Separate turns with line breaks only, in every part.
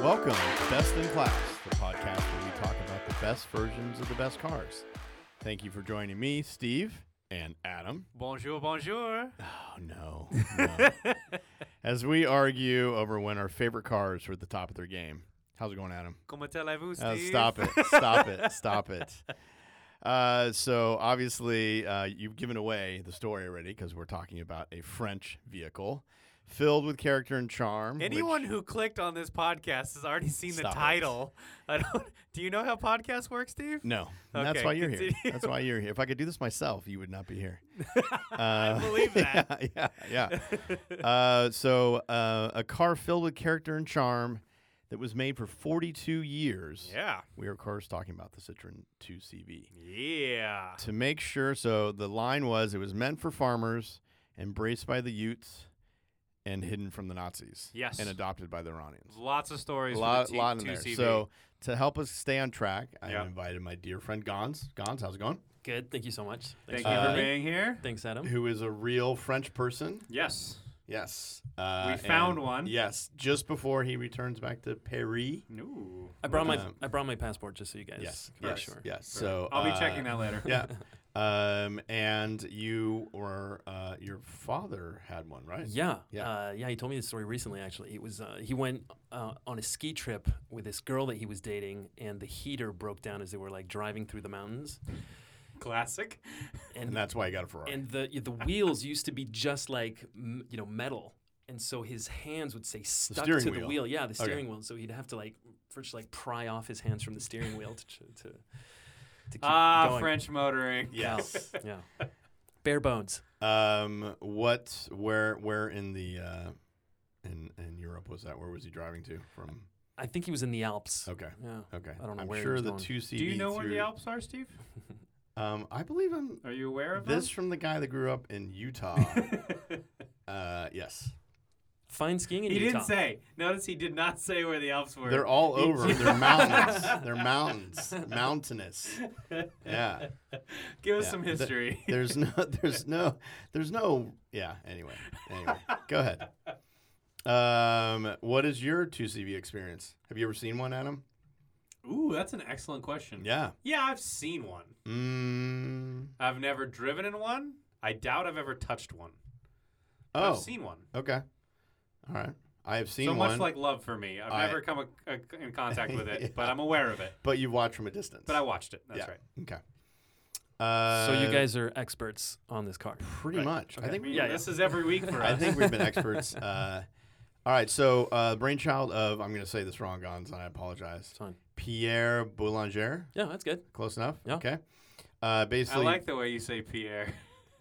Welcome to Best in Class, the podcast where we talk about the best versions of the best cars. Thank you for joining me, Steve and Adam.
Bonjour, bonjour.
Oh, no. no. As we argue over when our favorite cars were at the top of their game. How's it going, Adam?
Comment allez-vous,
Uh,
Steve?
stop it. Stop it. Stop it. Uh, so, obviously, uh, you've given away the story already because we're talking about a French vehicle filled with character and charm. which-
Anyone who clicked on this podcast has already seen
Stop it.
the title. I don't, do you know how podcasts work, Steve?
No, And that's
Okay,
why you're here.
continue.
That's why you're here. If I could do this myself, you would not be here. Uh,
I believe that.
yeah, yeah. uh, so, uh, a car filled with character and charm that was made for 42 years.
yeah.
We are, of course, talking about the Citroen 2CV.
Yeah.
To make sure, so the line was it was meant for farmers, embraced by the Utes, and hidden from the Nazis.
Yes.
And adopted by the Iranians.
Lots of stories.
A lot,
for the t-
lot in there.
2CV.
So, to help us stay on track, I
Yeah.
invited my dear friend Gons. Gons, how's it going?
Good. Thank you so much.
thank
for
you
uh,
for
having me.
being here.
Thanks, Adam.
who is a real French person.
Yes.
Yes. Uh,
We found
and-
one.
Yes, just before he returns back to Paris.
No.
I brought my
Um,
I brought my passport just so you guys
Yes.
can
Yes.
be sure.
Yes. So
I'll be
uh,
checking that later.
Yeah. Um, and you were uh, your father had one, right?
Yeah,
Yeah.
uh, yeah. He told me this story recently. Actually, it was uh, he went uh, on a ski trip with this girl that he was dating, and the heater broke down as they were like driving through the mountains,
Classic.
And that's why he got a Ferrari.
and the the wheels used to be just like m- you know metal, and so his hands would say stuck to
steering
the
wheel.
wheel. Yeah, the steering wheel. So he'd have to like first like pry off his hands from the steering wheel to to, to, to keep
Ah,
going.
French motoring.
yes.
Yeah, bare bones.
um, what? Where? Where in the? Uh, in, in Europe was that? Where was he driving to from?
I think he was in the Alps.
Okay.
Yeah.
Okay.
I don't know
I'm
where he
sure
was
the
going.
two CV.
Do you know where
through-
the Alps are, Steve?
Um, I believe I'm
Are you aware of
This
them?
from the guy that grew up in Utah. uh, yes,
Fine skiing in
He
Utah.
didn't say. Notice he did not say where the Alps were.
they're all over. They're mountains. They're mountains. Mountainous. Yeah.
Give us
yeah.
some
Th-
history.
There's no. There's no. There's no. Yeah. Anyway. Anyway. Go ahead. Um, what is your two CV experience? Have you ever seen one, Adam?
Ooh, that's an excellent question.
Yeah.
Yeah, I've seen one.
Mm.
I've never driven in one. I doubt I've ever touched one. But
Oh.
I've seen one.
Okay. All right. I have seen
so
one,
much like love for me. I've
I-
never come a, a- in contact with it,
Yeah.
but I'm aware of it.
but you watch from a distance.
But I watched it. That's
Yeah.
right.
Okay. Uh,
So you guys are experts on this car.
pretty
Right.
much. I
Okay.
think
I mean,
Yeah,
this is every week for us.
I think we've been experts. Uh, all right, so uh, brainchild of I'm going to say this wrong, Gons, and I apologize.
It's fine.
Pierre Boulanger,
Yeah, that's good.
close enough.
Yeah.
Okay. Uh,
I
basically,
like the way you say Pierre.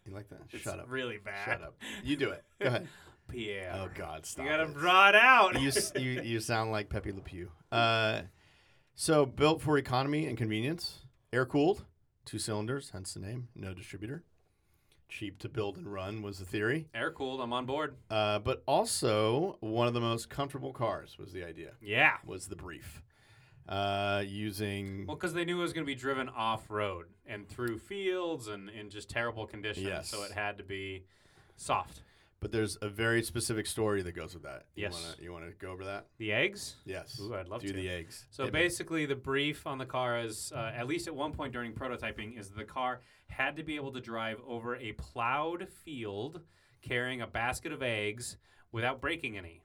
you like that.
It's
Shut up.
really bad.
Shut up. You do it. Go ahead.
Pierre.
oh God, stop.
you got to
it.
draw it out.
you, s- you you sound like Pepe Le Pew. Uh, so built for economy and convenience, air cooled, two cylinders, hence the name. No distributor. Cheap to build and run was the theory.
Air cooled. I'm on board.
Uh, but also one of the most comfortable cars was the idea.
Yeah.
was the brief. Uh, using
Well, because they knew it was going to be driven off road and through fields and in just terrible conditions.
Yes.
So it had to be soft.
but there's a very specific story that goes with that. You
Yes.
wanna, you want to go over that?
The eggs?
Yes.
Ooh, I'd love
Do
to.
the eggs.
So
Hit me.
basically, the brief on the car is, uh, at least at one point during prototyping, is the car had to be able to drive over a plowed field carrying a basket of eggs without breaking any.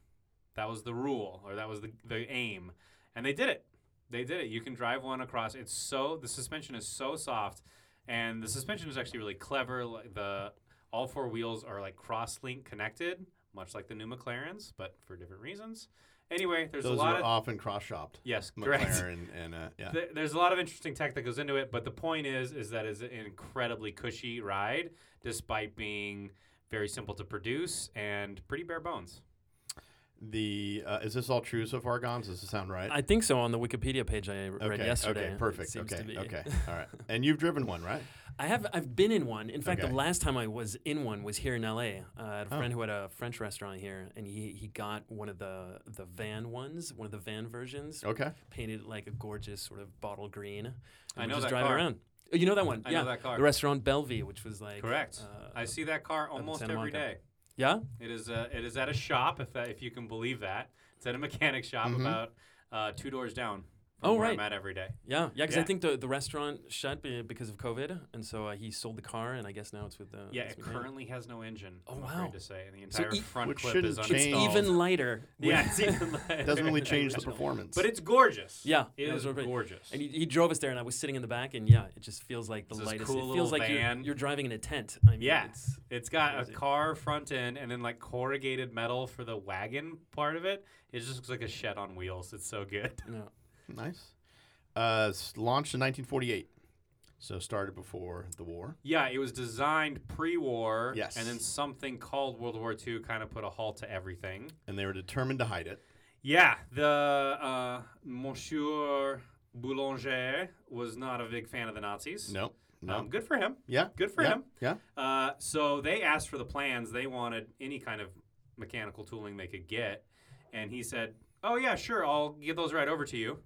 That was the rule, or that was the, the aim. And they did it. They did it. You can drive one across. It's so, the suspension is so soft. And the suspension is actually really clever. Like the all four wheels are like cross-link connected, much like the new McLarens, but for different reasons. Anyway, there's
those
a lot
are
of
often cross-shopped.
Yes, correct.
McLaren and uh, yeah.
Th- There's a lot of interesting tech that goes into it, but the point is, is that it's an incredibly cushy ride, despite being very simple to produce and pretty bare bones.
The uh, is this all true so far, Gons? Does it sound right?
I think so. On the Wikipedia page I read
Uh, okay.
yesterday.
okay.
it
Perfect.
seems to
Okay.
be.
Okay. All right. And you've driven one, right?
I have. I've been in one. In fact,
Okay. Oh.
the last time I was in one was here in LA. Uh, I had a friend who had a French restaurant here, and he he got one of the the van ones, one of the van versions,
Okay.
painted it like a gorgeous sort of bottle green. And
I
we're
know
just
that
driving
car.
around. Oh, you know that one?
I
yeah.
know that car.
The restaurant Bellevue, which was like
Correct.
uh,
I see that car almost
Santa
every
Monica.
day.
yeah.
uh, It is. uh it is at a shop, if that, if you can believe that. It's at a mechanic shop about uh, two doors down. From
Mm-hmm. Oh,
where
right.
I'm at every day.
Yeah, yeah, because
Yeah.
I think the, the restaurant shut be- because of COVID, and so uh, he sold the car, and I guess now it's with the
Yeah,
it's
it
with him.
currently has no engine.
Oh,
I'm
wow.
afraid to say, and the
So
entire
e-
front
Which
clip is
shouldn't change.
uninstalled.
even lighter.
Oh.
with-
yeah, it's even
Doesn't really
than
change the
original.
performance.
But it's gorgeous.
Yeah,
it
it
is
was really pretty.
gorgeous.
And he, he drove us there, and I was sitting in the back, and yeah, it just feels like the
It's this
lightest.
cool
it
little
feels like you're,
van.
you're driving in a tent. I mean,
Yeah.
it's,
it's got a
Crazy.
car front end and then like corrugated metal for the wagon part of it. It just looks like a shed on wheels. It's so good.
you know,
nice. Uh, s- launched in 1948, so started before the war.
Yeah, it was designed pre-war.
Yes.
And then something called World War II kind of put a halt to everything.
and they were determined to hide it.
Yeah, the uh, Monsieur Boulanger was not a big fan of the Nazis.
No, no,
Um, good for him.
yeah,
Good for
yeah,
him.
Yeah,
Uh, so they asked for the plans. They wanted any kind of mechanical tooling they could get. And he said, Oh, yeah, sure. I'll give those right over to you.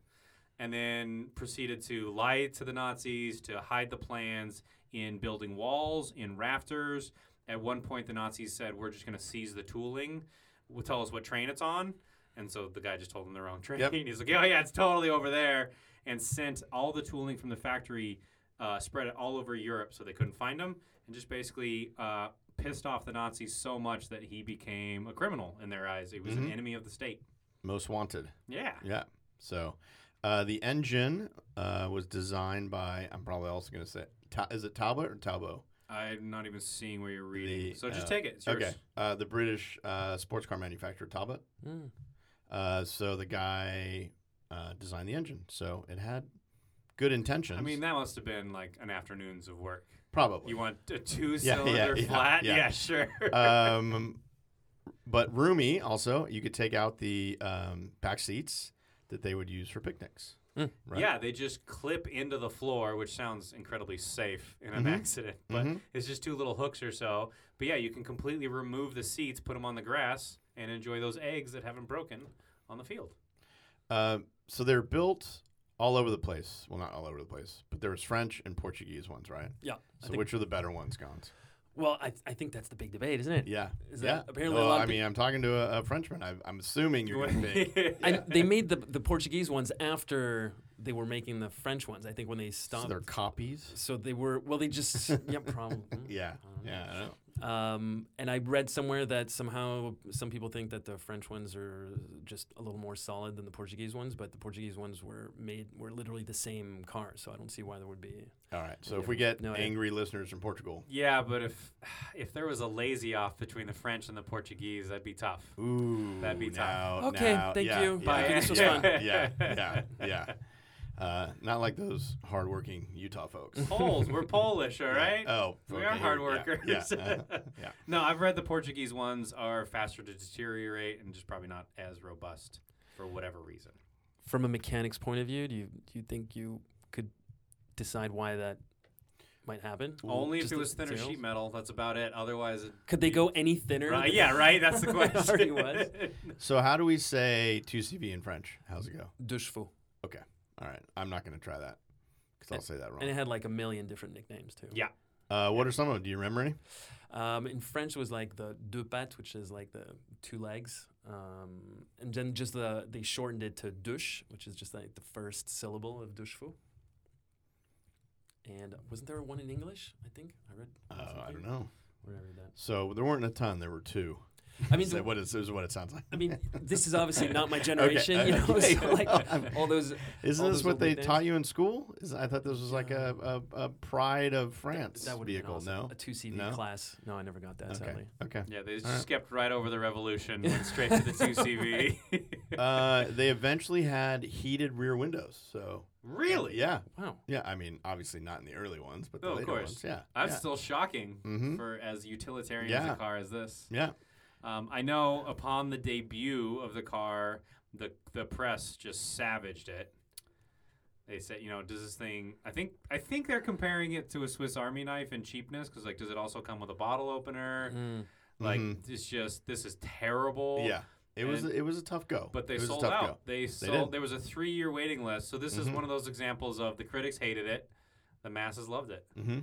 And then proceeded to lie to the Nazis, to hide the plans in building walls, in rafters. At one point, the Nazis said, We're just going to seize the tooling. Well, tell us what train it's on. And so the guy just told them the wrong train.
Yep.
He's like, Oh, yeah, it's totally over there. And sent all the tooling from the factory, uh, spread it all over Europe so they couldn't find them and just basically uh, pissed off the Nazis so much that he became a criminal in their eyes. He was an
Mhm.
enemy of the state.
most wanted.
Yeah.
Yeah. So, uh, the engine uh, was designed by. I'm probably also going to say, Ta- is it Talbot or Talbot?
I'm not even seeing where you're reading.
The,
so just
uh,
take it. It's yours.
Okay. Uh, the British uh, sports car manufacturer Talbot.
mm,
Uh, so the guy uh, designed the engine. So it had good intentions.
I mean, that must have been like an afternoon's of work.
probably.
You want a two cylinder
yeah,
flat?
yeah.
sure.
um, but roomy also. You could take out the um, back seats that they would use for picnics.
Mm.
Right.
Yeah, they just clip into the floor, which sounds incredibly safe in an
Mhm.
accident, but
Mhm.
it's just two little hooks or so. But yeah, you can completely remove the seats, put them on the grass, and enjoy those eggs that haven't broken on the field.
Uh, so they're built all over the place. Well, not all over the place, but there was French and Portuguese ones, right?
yeah. I
So
think,
which are the better ones, Gons?
well, I, I think that's the big debate, isn't it?
Yeah.
Is
yeah.
that- apparently a
Well,
lot of
I mean, I'm talking to a, a Frenchman. I, I'm assuming you're going to pick.
I, they made the the Portuguese ones after they were making the French ones. I think when they
So
stopped.
they're copies.
so they were well. They just yeah, probably. mm.
Yeah.
don't know.
Yeah. I know.
Um, and I read somewhere that somehow some people think that the French ones are just a little more solid than the Portuguese ones, but the Portuguese ones were made were literally the same car, so I don't see why there would be.
All right. So if we get
No idea.
angry listeners from Portugal,
Yeah, but if if there was a lazy off between the French and the Portuguese, that'd be tough.
ooh,
That'd be tough.
now-
Okay,
now-
thank
yeah,
you.
Yeah,
Bye.
Yeah,
This was
yeah,
fun.
yeah. Yeah. yeah. Uh, not like those hardworking Utah folks.
Poles, we're Polish, all right?
Oh,
we
okay,
are hard
yeah,
workers.
Yeah. uh-huh. yeah.
no, I've read the Portuguese ones are faster to deteriorate and just probably not as robust for whatever reason.
From a mechanic's point of view, do you do you think you could decide why that might happen?
Only if
Just
it
the
was thinner
materials?
sheet metal. That's about it. Otherwise, it,
Could they go any thinner?
right? Yeah, right. That's the
It
question.
already was.
So how do we say 2CV in French? How's it go?
Deux chevaux.
All right, I'm not going to try that because I'll say that
And
wrong.
it had like a million different nicknames too.
Yeah.
Uh, what are some of them? Do you remember any?
Um, in French, it was like the deux pattes, which is like the two legs, um, and then just the they shortened it to douche, which is just like the first syllable of douche fou. And wasn't there one in English? I think I read.
Uh, I
something
don't know.
Where I read that.
So there weren't a ton. There were two.
I mean,
Is that what it- is what it sounds like?
I mean, this is obviously not my generation, you know.
okay.
So like
I'm-
all those.
Isn't
all
this
those
what
old
they
nicknames?
taught you in school? Is, I thought this was like
Yeah.
a, a, a pride of France
That would be
vehicle.
awesome. a two CV
No?
class. No, I never got that. Sadly,
No. Okay.
Yeah, they just
All right.
skipped right over the revolution, went straight to the two CV.
Uh, they eventually had heated rear windows. So
really?
yeah,
wow.
yeah. I mean, obviously not in the early ones, but the
Oh, of
later
course.
ones. Yeah.
That's
yeah.
still shocking
Mhm.
for as utilitarian as
Yeah.
a car as this.
yeah.
Um, I know upon the debut of the car, the the press just savaged it. They said, you know, does this thing? I think I think they're comparing it to a Swiss Army knife in cheapness because, like, does it also come with a bottle opener?
Mm.
Like,
Mhm.
it's just this is terrible.
Yeah. It was
And-
it was a tough go.
But they
it was
sold
a tough
out.
Go.
They sold.
did.
there was a three-year waiting list. So this is
Mhm.
one of those examples of the critics hated it, the masses loved it.
Mm-hmm.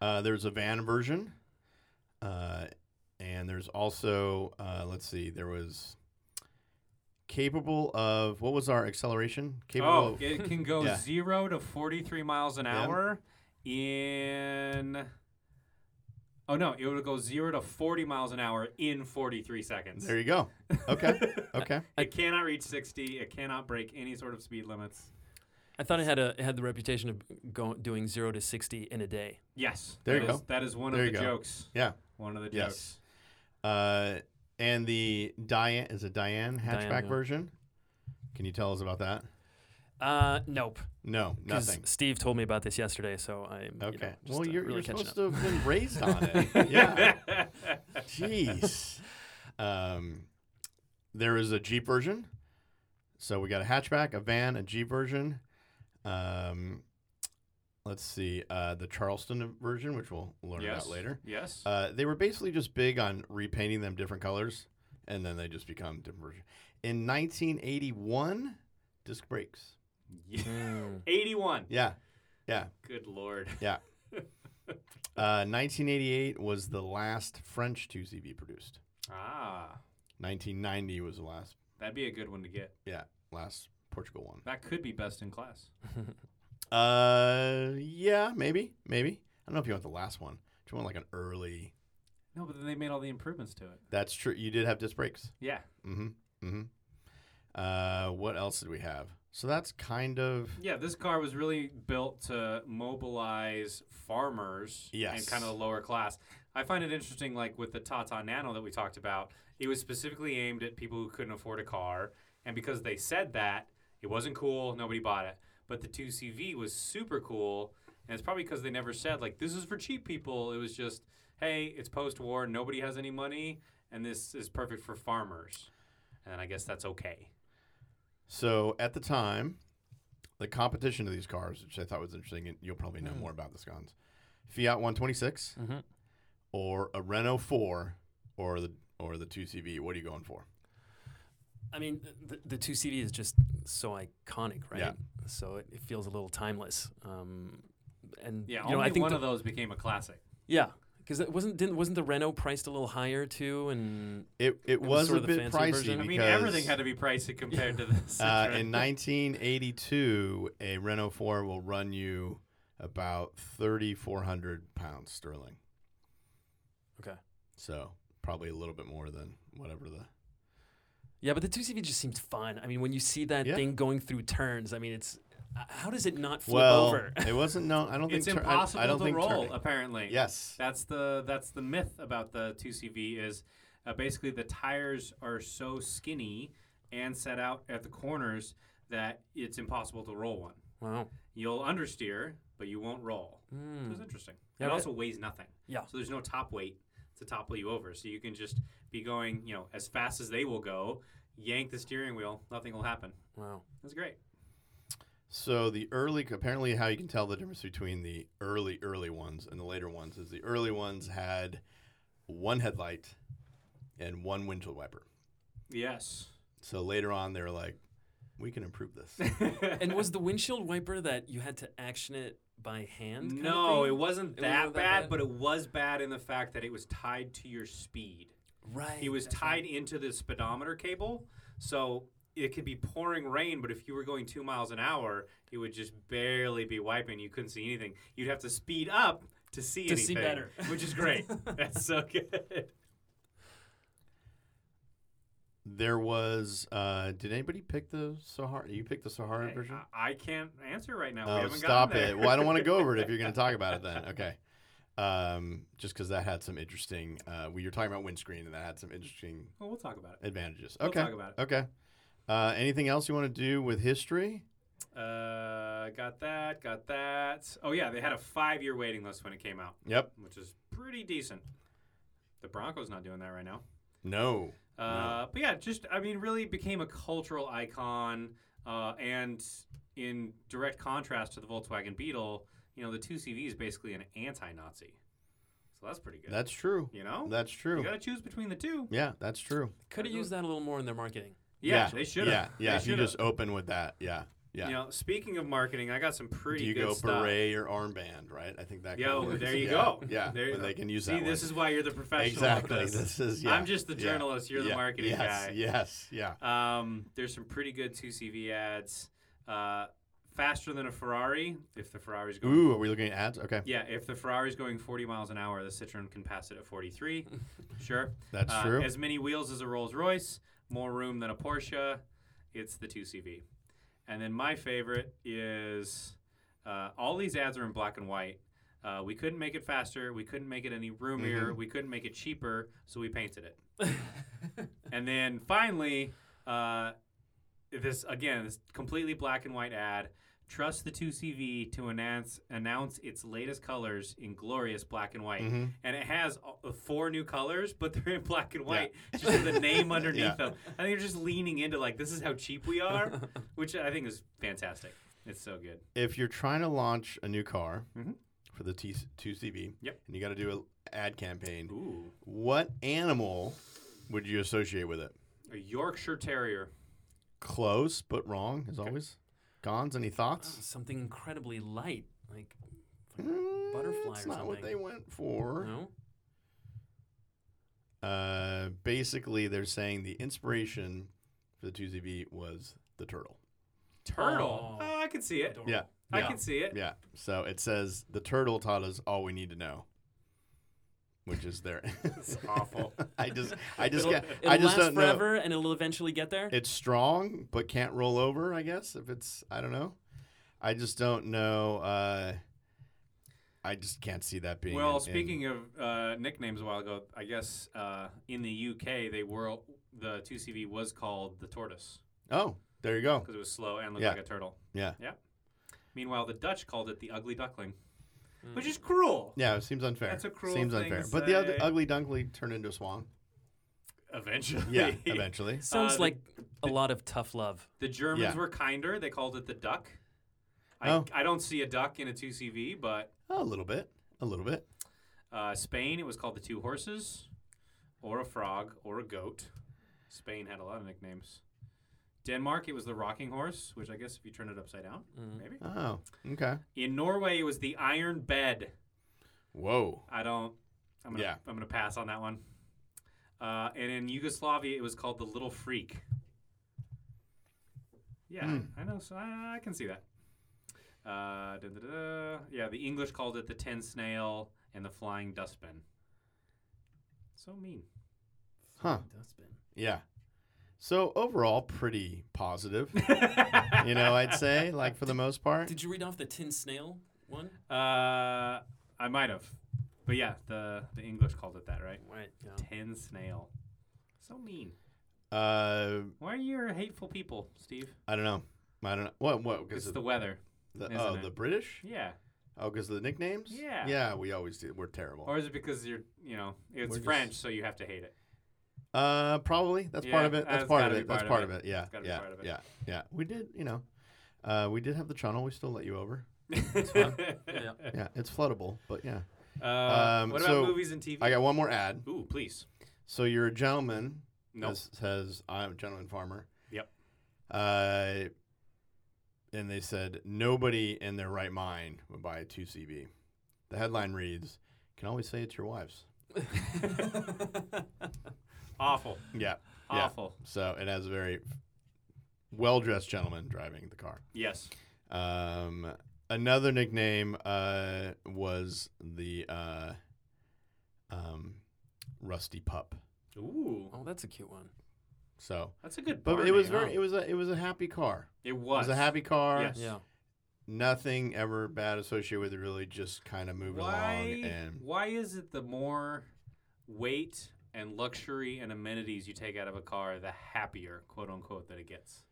Uh, there's a van version, uh, and there's also uh, let's see, there was capable of what was our acceleration? Capable
oh,
of
it can go
Yeah.
zero to 43 miles an
Yeah.
hour in. Oh no, it would go zero to 40 miles an hour in 43 seconds.
There you go. Okay. okay.
it cannot reach 60. It cannot break any sort of speed limits.
I thought it had a it had the reputation of go, doing zero to sixty in a day.
Yes.
There
that
you
is-
go.
That is one
There
of
you
the
go.
jokes.
Yeah.
One of the
Yes.
jokes.
Uh, and the Diane is a Diane hatchback
yeah.
version. Can you tell us about that?
Uh, nope.
No,
'Cause
nothing.
Steve told me about this yesterday, so I'm you know,
Okay.
just
well,
not
you're,
really
you're
catching
supposed
up.
to have been raised on it. yeah. Jeez. Um, there is a Jeep version. So we got a hatchback, a van, a Jeep version. Um, let's see. Uh, the Charleston version, which we'll learn
yes.
about later.
Yes.
Uh, they were basically just big on repainting them different colors, and then they just become different versions. In 1981, disc brakes.
Yeah.
Mm.
81.
Yeah, yeah,
Good lord.
yeah. Uh, 1988 was the last French 2CV produced.
Ah,
1990 was the last,
that'd be a good one to get.
yeah, last Portugal one.
That could be best in class.
Uh, yeah, maybe, maybe. I don't know if you want the last one. Do you want like an early?
No, but then they made all the improvements to it.
That's true. You did have disc brakes.
Yeah.
Mm-hmm. Mm-hmm. Uh, what else did we have? So that's kind of
Yeah, this car was really built to mobilize farmers and
Yes.
kind of the lower class. I find it interesting, like with the Tata Nano that we talked about, it was specifically aimed at people who couldn't afford a car. And because they said that, it wasn't cool, nobody bought it. But the 2CV was super cool. And it's probably because they never said, like, this is for cheap people. It was just, hey, it's post war, nobody has any money, and this is perfect for farmers. And I guess that's okay.
so at the time, the competition to these cars, which I thought was interesting, and you'll probably know
Mm.
more about this, Guns. Fiat 126
Mhm.
or a Renault 4 or the or the 2CV. What are you going for?
I mean, the, the two CD is just so iconic, right?
Yeah.
So it, it feels a little timeless. Um, and
Yeah,
you know,
only
I think
one
the,
of those became a classic.
yeah, because it wasn't didn't wasn't the Renault priced a little higher too, and
It it, was,
was sort
a
of the
bit
fancy
pricey.
version.
I
I
mean,
because,
everything had to be pricey compared to this.
Uh, in 1982, a Renault 4 will run you about 3,400 pounds sterling.
okay.
So probably a little bit more than whatever the
Yeah, but the 2CV just seemed fun. I mean, when you see that
Yeah.
thing going through turns, I mean, it's uh, how does it not flip
well,
over?
it wasn't. No, I don't think
it's
tur- I-
impossible
I, don't
to
think
roll.
turning-
Apparently,
Yes,
That's the that's the myth about the 2CV is uh, basically the tires are so skinny and set out at the corners that it's impossible to roll one.
wow.
You'll understeer, but you won't roll.
hmm,
It was interesting.
Yeah,
it
but-
also weighs nothing.
Yeah.
So there's no top weight to topple you over. So you can just be going, you know, as fast as they will go. Yank the steering wheel, nothing will happen.
Wow.
That's great.
So the early, apparently, how you can tell the difference between the early, early ones and the later ones is the early ones had one headlight and one windshield wiper.
Yes.
So later on, they were like, "We can improve this."
and was the windshield wiper that you had to action it by hand? kind of
No,
thing?
it wasn't
It
that
wasn't that
bad,
bad?
but it was bad in the fact that it was tied to your speed.
right.
It was tied into the speedometer cable, so it could be pouring rain, but if you were going two miles an hour, it would just barely be wiping. You couldn't see anything. You'd have to speed up to see
To see
anything,
better.
which is great. That's so good.
there was. Uh, did anybody pick the Sahara? You picked the Sahara
Hey,
version.
I, I can't answer right now. we
Oh,
haven't
stop
gotten
it!
there.
Well, I don't want to go over it if you're going to talk about it. Then okay. Um, just because that had some interesting. Uh, we were talking about windscreen, and that had some interesting
Well, we'll talk about it.
advantages.
We'll
Okay.
talk about it.
Okay. Uh, anything else you want to do with history?
Uh, got that. Got that. Oh yeah, they had a five-year waiting list when it came out.
Yep.
which is pretty decent. The Broncos not doing that right now.
No.
Uh, But yeah, just I mean, really became a cultural icon, uh, and in direct contrast to the Volkswagen Beetle, you know, the two CV is basically an anti-Nazi. So that's pretty good.
That's true.
you know,
That's
you
true.
got to choose between the two.
Yeah, that's true.
Could have used that a little more in their marketing.
Yeah, they should have.
Yeah, yeah.
They
If you
should've.
just open with that, yeah, Yeah.
You know, speaking of marketing, I got some pretty
Do you
good
go
stuff.
beret or armband, right? I think that. kinda
Yo,
works.
there you
Yeah,
go.
Yeah,
There you
when
go.
they can use
See,
that.
this
one.
is why you're the professional. at
exactly.
this.
This is. Yeah.
I'm just the
yeah,
journalist. You're the
yeah,
marketing
yes,
guy.
Yes. Yeah.
Um, there's some pretty good 2CV ads. Uh, faster than a Ferrari, if the Ferrari's going.
Ooh, are we looking at ads? Okay,
Yeah, if the Ferrari's going 40 miles an hour, the Citroen can pass it at 43. sure.
that's
Uh,
true.
As many wheels as a Rolls Royce, more room than a Porsche. It's the 2CV. And then my favorite is uh, all these ads are in black and white. Uh, we couldn't make it faster. We couldn't make it any roomier.
Mm-hmm.
We couldn't make it cheaper, so we painted it. And then finally, uh, this again, this completely black and white ad. Trust the 2CV to announce announce its latest colors in glorious black and white,
Mhm.
and it has uh, four new colors, but they're in black and white. It's Just with the name underneath
Yeah.
them. I think they're just leaning into like this is how cheap we are, which I think is fantastic. It's so good.
If you're trying to launch a new car
Mm-hmm.
Mhm.
for the T- two CV,
Yep.
and you got to do an ad campaign,
Ooh,
what animal would you associate with it?
a Yorkshire Terrier.
Close but wrong, as always. Gons, any thoughts?
Something incredibly light, like
Mm,
butterfly
That's
or
not what
something.
they went for.
no.
Uh, basically, they're saying the inspiration for the 2ZB was the turtle.
Turtle.
Oh.
Oh, I can see it.
Adorable.
Yeah.
I
yeah,
can see it.
Yeah. So it says the turtle taught us all we need to know, which is there.
It's awful.
I just, I just,
it'll,
get,
it'll
I just
last
don't know.
forever, and it'll eventually get there.
It's strong, but can't roll over. I guess if it's, I don't know. I just don't know. Uh, I just can't see that being.
Well,
in- in-
speaking of uh, nicknames, a while ago, I guess uh, in the UK they were the two CV was called the tortoise
oh, there you go.
because it was slow and looked
Yeah.
like a turtle.
Yeah.
Yeah. Meanwhile, the Dutch called it the ugly duckling,
Hmm.
Mm. which is cruel.
Yeah, it seems unfair.
That's a cruel
Seems
thing
unfair.
to
But the
say.
ugly, ugly dunkly turned into a swan.
Eventually.
Yeah, eventually.
Sounds
Uh,
like a lot of tough love.
the
Yeah.
Germans were kinder. They called it the duck. I,
Oh.
I don't see a duck in a two CV, but
A little bit. A little bit.
uh, Spain it was called the two horses, or a frog, or a goat. Spain had a lot of nicknames. Denmark it was the rocking horse, which I guess if you turn it upside down,
Mm.
maybe.
Oh, okay.
In Norway, it was the iron bed.
Whoa.
I don't. I'm gonna.
Yeah.
I'm gonna pass on that one. Uh, and in Yugoslavia, it was called the little freak. Yeah, I know. So I, I can see that. Uh, da, da, da. Yeah, the English called it the ten snail and the flying dustbin. So mean.
Huh. Yeah. So overall, pretty positive. you know, I'd say, like for the most part.
Did you read off the tin snail one?
Uh, I might have, but yeah, the the English called it that, right?
Right. Yeah.
Ten snail. So mean.
Uh,
Why are you hateful people, Steve?
I don't know. I don't know. What? What?
It's
Because
the weather.
the,
isn't
oh,
it?
the British.
Yeah.
Oh, because the nicknames.
Yeah.
Yeah, we always do. We're terrible.
Or is it because you're, you know, it's
We're just-
French, so you have to hate it?
Uh, probably. That's part
Yeah,
of it. That's
that's
part of
gotta be
it. That's
part
part
of
of it. Yeah.
It's gotta be
Yeah.
part of it.
Yeah. Yeah. We did. You know, uh, we did have the channel. We still let you over.
Yeah.
Yeah, it's floodable, but yeah.
Uh,
Um,
what about
so,
movies and TV?
I got one more ad.
Ooh, please.
So you're a gentleman.
No.
This says I'm a gentleman farmer.
Yep.
Uh, and they said nobody in their right mind would buy a two CB. The headline reads, "Can always say it's your wife's."
Awful.
Yeah. Yeah.
Awful.
So it has a very well-dressed gentleman driving the car.
Yes.
Um, another nickname uh, was the uh, um, Rusty Pup.
Ooh,
oh, that's a cute one.
So,
that's a good.
but
bar
it was
name.
very, it was a, it was a happy car.
It
It
was.
was a happy car.
Yes.
Yeah.
Nothing ever bad associated with it. Really, just kind of moving along.
Why?
And
Why is it the more weight and luxury and amenities you take out of a car, the happier, quote unquote, that it gets?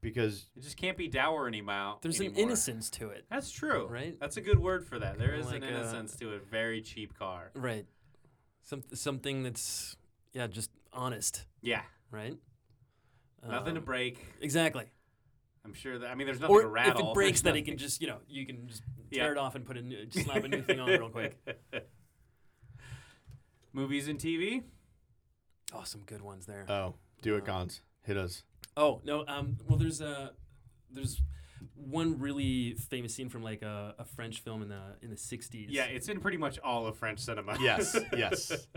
because
It just can't be dour any mou-
There's an
anymore.
innocence to it.
That's true.
Right?
That's a good word for that. There is
Like
an
a-
innocence to a very cheap car.
Right. Some, something that's, yeah, just honest,
Yeah.
right?
Nothing to
Um,
break.
Exactly.
I'm sure that. I mean, there's nothing
Or
to rattle.
if it breaks,
There's
then it can
nothing-
just, you know, you can just
Yeah.
tear it off and put a new, just slap a new thing on real quick.
Movies and TV. Uh,
Oh, some good ones there.
oh, do it, Gons. Hit us.
Oh no. Um. Well, there's a there's one really famous scene from like a, a French film in the in the 60s.
Yeah, it's in pretty much all of French cinema.
Yes, yes.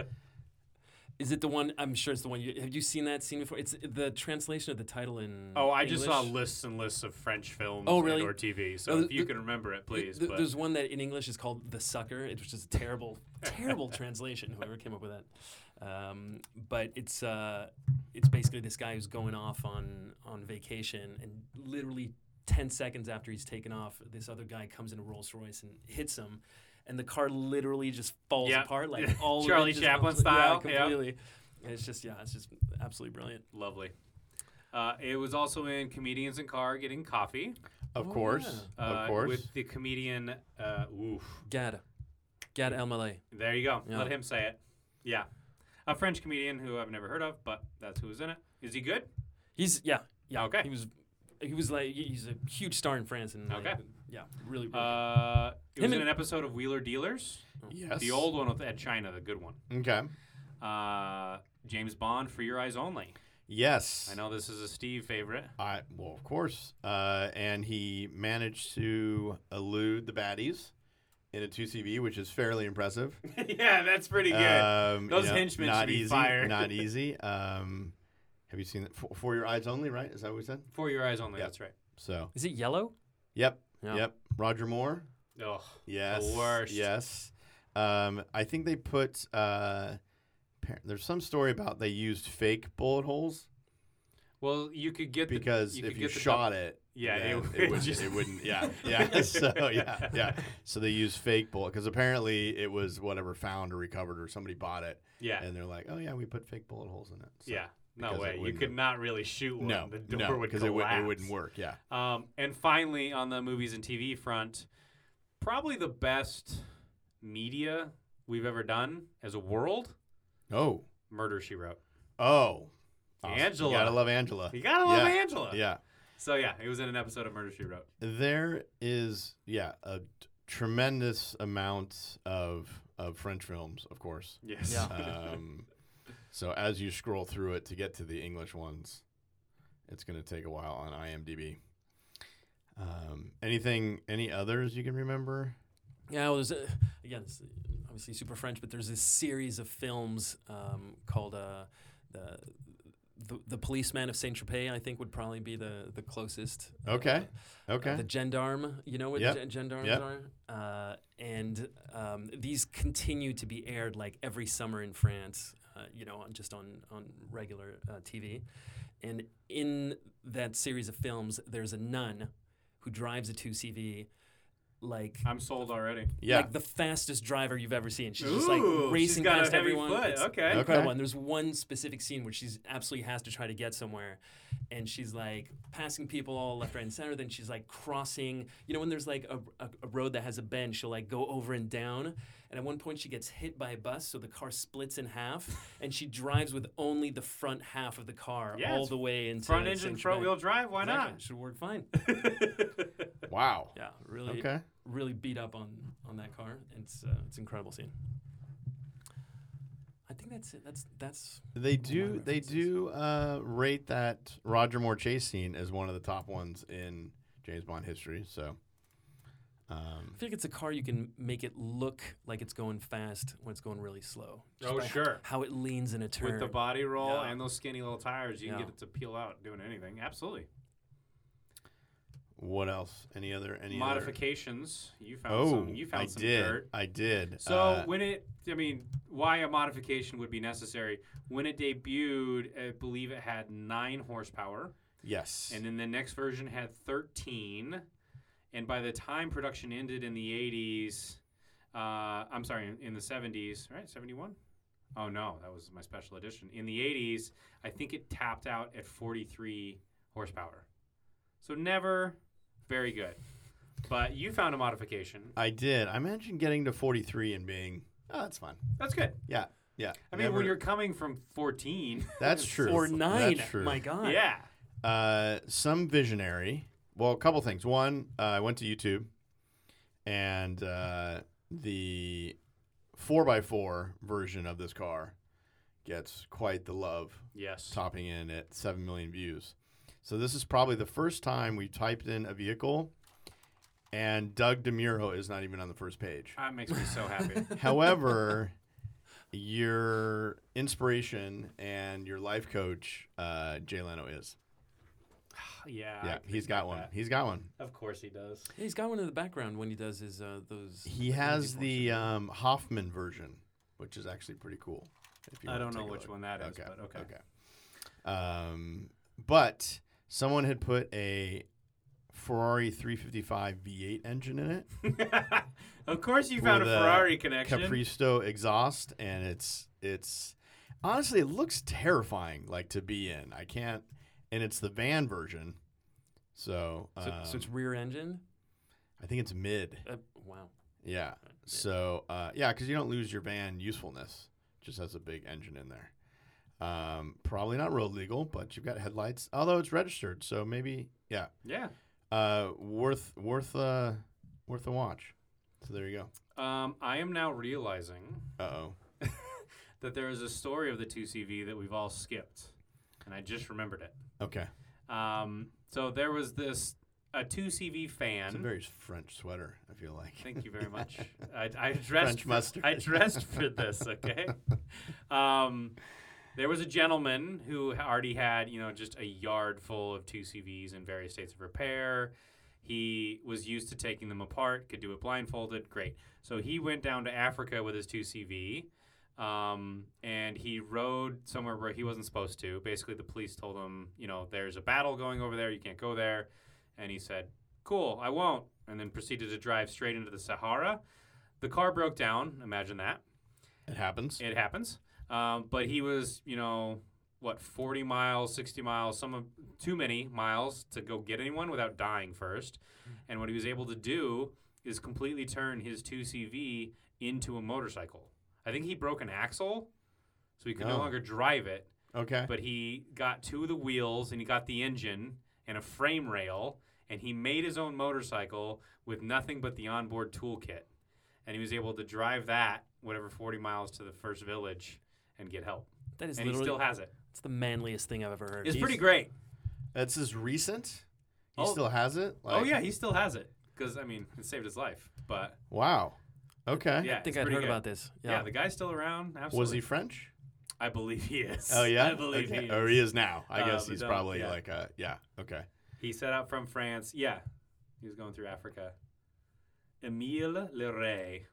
Is it the one? I'm sure it's the one. You, have you seen that scene before? It's the translation of the title in.
Oh, I just saw
English.
lists and lists of French films
Oh, really?
and or TV. So
Oh,
if you
th-
can remember it, please.
Th-
but
There's one that in English is called "The Sucker," it- which is a terrible, terrible translation. Whoever came up with that, um, but it's uh, it's basically this guy who's going off on on vacation, and literally ten seconds after he's taken off, this other guy comes in a Rolls Royce and hits him, and the car literally just falls
Yeah.
apart like
Yeah.
all of it
Charlie
just
Chaplin
compl-
style,
Yeah,
yeah.
completely. And It's just yeah, it's just absolutely brilliant.
lovely. Uh, it was also in Comedians in Car Getting Coffee.
Of
Oh,
course,
Uh,
of course.
With the comedian, uh, oof.
Gad, Gad Elmaleh.
There you go.
Yeah.
Let him say it. Yeah. A French comedian who I've never heard of, but that's who was in it. Is he good?
He's yeah, yeah.
Okay.
He was he was like he- he's a huge star in France and like,
Okay.
yeah, really. really
Uh, it was
Him
in
and-
an episode of Wheeler Dealers,
yes.
the old one with Ed China, the good one.
Okay.
Uh, James Bond for Your Eyes Only.
Yes.
I know this is a Steve favorite.
I well, of course. Uh, and he managed to elude the baddies in a two CV, which is fairly impressive.
yeah, that's pretty
Um, you
Those
know,
henchmen
not
should be
easy,
fired.
Not easy. Um, have you seen that? For, for your eyes only, right? Is that what we said?
for Your Eyes Only.
Yeah.
That's right.
So,
Is it yellow?
yep,
Yeah.
yep. Roger Moore.
Oh,
Yes.
worst.
Yes. Um, I think they put. Uh, par- there's some story about they used fake bullet holes
well, you could get
because
the, you could
if you
get the
shot it,
Yeah,
then
it
it,
would
would,
just-
it wouldn't. Yeah, yeah. So yeah, yeah. So they used fake bullet because apparently it was whatever found or recovered or somebody bought it,
dou- yeah,
and they're like, oh yeah, we put fake bullet holes in it. So,
yeah. No
because it
way. You
wouldn't
could
have-
not really shoot one.
No,
the door
no,
would
because
collapse.
it, would, it wouldn't work. Yeah.
Um, and finally, on the movies and TV front, probably the best media we've ever done as a world.
Oh,
Murder She Wrote.
oh. Awesome.
Angela.
you gotta love Angela.
You gotta love
Yeah.
Angela.
Yeah.
So yeah, it was in an episode of Murder She Wrote.
There is, yeah, a t- tremendous amount of of French films, of course.
Yes.
Yeah.
Um, so as you scroll through it to get to the English ones, it's going to take a while on IMDb. Um, anything, any others you can remember?
Yeah. Well, there's a, again, it's obviously super French, but there's this series of films um, called uh, the, the the Policeman of Saint Tropez. I think would probably be the the closest. uh,
Okay.
Uh,
Okay.
the gendarme, you know what
Yep.
gen- gendarmes
Yep.
are? Uh, and um, these continue to be aired like every summer in France, uh, you know, on, just on, on regular uh, TV. And in that series of films, there's a nun who drives a 2CV like.
I'm sold already.
Yeah.
Like the fastest driver you've ever seen. She's just
Ooh,
like
she's
racing
got a
past
heavy
everyone.
foot.
It's
Okay.
Okay.
incredible. And there's one specific scene where she's absolutely has to try to get somewhere, and she's like passing people all left, right, and center. Then she's like crossing. You know, when there's like a, a, a road that has a bend, she'll like go over and down. And at one point, she gets hit by a bus, so the car splits in half, and she drives with only the front half of the car
Yeah,
all
it's
the way into
Front engine,
Saint-Tropez.
front wheel drive. Why
Exactly.
not?
Should work fine.
wow.
Yeah, really,
Okay.
really beat up on on that car. It's uh, it's an incredible scene. I think that's it. That's that's
They
my
do. They
references.
do uh, rate that Roger Moore chase scene as one of the top ones in James Bond history. So. Um,
I feel like it's a car you can make it look like it's going fast when it's going really slow. Just
Oh
by
sure.
How it leans in a turn.
With the body roll
Yeah.
and those skinny little tires, you can
Yeah.
get it to peel out doing anything. Absolutely.
what else? Any other? Any other-
Modifications. You found
Oh,
some. You found
I
some
did.
dirt.
I did.
So
Uh,
when it, I mean, why a modification would be necessary? When it debuted, I believe it had nine horsepower,
yes.
and then the next version had thirteen, and by the time production ended in the eighties, uh, I'm sorry, in, in the seventies, right? Seventy-one. Oh no, that was my special edition. In the eighties, I think it tapped out at forty-three horsepower. So never very good. But you found a modification.
I did. I imagine getting to 43 and being, oh, that's fine.
That's good.
Yeah. Yeah.
I mean,
Never-
when you're coming from 14.
That's true.
Or nine.
That's true.
My God.
yeah.
Uh, some visionary. Well, a couple things. One, uh, I went to YouTube and uh, the 4x4 version of this car gets quite the love,
Yes.
topping in at 7 million views. So this is probably the first time we typed in a vehicle, and Doug DeMuro is not even on the first page.
That makes me so happy.
However, your inspiration and your life coach, uh, Jay Leno, is.
yeah. I
Yeah,
can
he's
think
got
about
one.
that.
He's got one.
Of course he does.
He's got one in the background when he does his uh, those.
He
the comedy
has the
portion.
um, Hoffman version, which is actually pretty cool. If
I
wanna
don't know
take a
which
look.
one that is, but okay.
Um, but someone had put a Ferrari 355 V8 engine in it,
of course you found a
With uh, a
Ferrari connection.
Capristo exhaust, and it's it's honestly it looks terrifying like to be in. I can't, and it's the van version, so,
So, so it's
um,
rear engine.
I think it's mid.
Uh, wow.
Yeah. So uh, yeah, because you don't lose your van usefulness. Just has a big engine in there. Um, probably not road legal, but you've got headlights. Although it's registered, so maybe yeah,
Yeah.
uh, worth worth uh, worth a watch. So there you go.
Um, I am now realizing
Uh oh.
that there is a story of the 2CV that we've all skipped, and I just remembered it.
Okay.
Um, so there was this a 2CV fan.
It's a very French sweater. I feel like.
Thank you very much. I, I dressed.
French mustard.
For, I dressed for this. Okay. Um, there was a gentleman who already had, you know, just a yard full of two CVs in various states of repair. He was used to taking them apart. Could do it blindfolded. Great. So he went down to Africa with his two CV. Um, and he rode somewhere where he wasn't supposed to. Basically, the police told him, you know, there's a battle going over there. You can't go there. And he said, cool, I won't. And then proceeded to drive straight into the Sahara. The car broke down. Imagine that.
It happens.
It happens. Um, but he was, you know, what, 40 miles, 60 miles, some of too many miles to go get anyone without dying first. And what he was able to do is completely turn his 2CV into a motorcycle. I think he broke an axle, so he could no
Oh.
longer drive it.
okay.
But he got two of the wheels and he got the engine and a frame rail, and he made his own motorcycle with nothing but the onboard toolkit. And he was able to drive that, whatever, 40 miles to the first village and get help.
That is
and he
literally.
still has it.
it's the manliest thing I've ever heard.
It's
He's-
pretty great.
That's his recent. He
Oh.
still has it.
oh, yeah, he still has it. Because, I mean, it saved his life. But,
Wow. Okay.
yeah.
I think
it's
I'd
pretty
heard
good.
about this.
Yeah. the guy's still around. Absolutely.
Was he French?
I believe he is.
Oh yeah.
I believe
okay.
he is.
Or he is now. I
Uh,
guess
but
he's
no,
probably
yeah.
like a yeah. Okay.
He set out from France. Yeah, he was going through Africa. Emile Le Ray,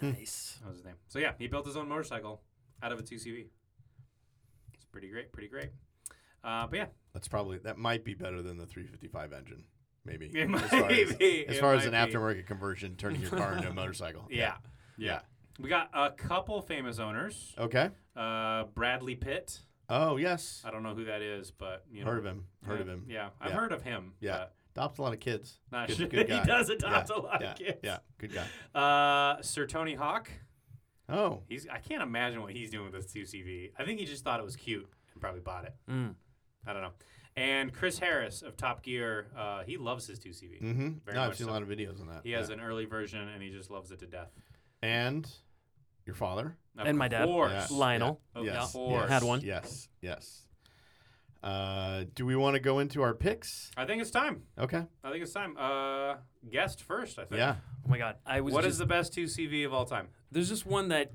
nice.
that was his name. So yeah, he built his own motorcycle out of a 2CV. It's pretty great, pretty great. Uh, but yeah,
That's probably that might be better than the 355 engine, maybe.
it might
as far as,
be.
as,
it
far as
might
an
be.
aftermarket conversion, turning your car into a motorcycle.
Yeah. yeah, We got a couple famous owners.
Yeah. Okay.
Uh, Bradley Pitt.
Oh yes,
I don't know who that is, but Uh, you know,
heard of him. Heard
I-
of him.
Yeah, I've
Yeah.
heard of him.
Yeah.
but
Adopts a lot of kids.
not
Good-
sure.
good
he
guy.
does adopt
Yeah,
a lot
yeah,
of kids.
Yeah. Good guy.
Uh, Sir Tony Hawk.
Oh,
He's I can't imagine what he's doing with this 2CV. I think he just thought it was cute and probably bought it.
Mm.
I don't know. And Chris Harris of Top Gear, uh, he loves his 2CV.
mm-hmm.
Very
No, I've
much
seen
so.
a lot of videos on that.
He has an early version and he just loves it to death.
And your father.
Of
And my dad.
course.
Yeah.
Lionel.
Of
Yes.
course.
Oh, Had one.
Yes. Yes. Uh, do we want to go into our picks?
I think it's time.
Okay.
I think it's time. Uh, guest first, I think.
Yeah.
Oh my God. I was.
What
just,
is the best 2CV of all time?
There's just one that,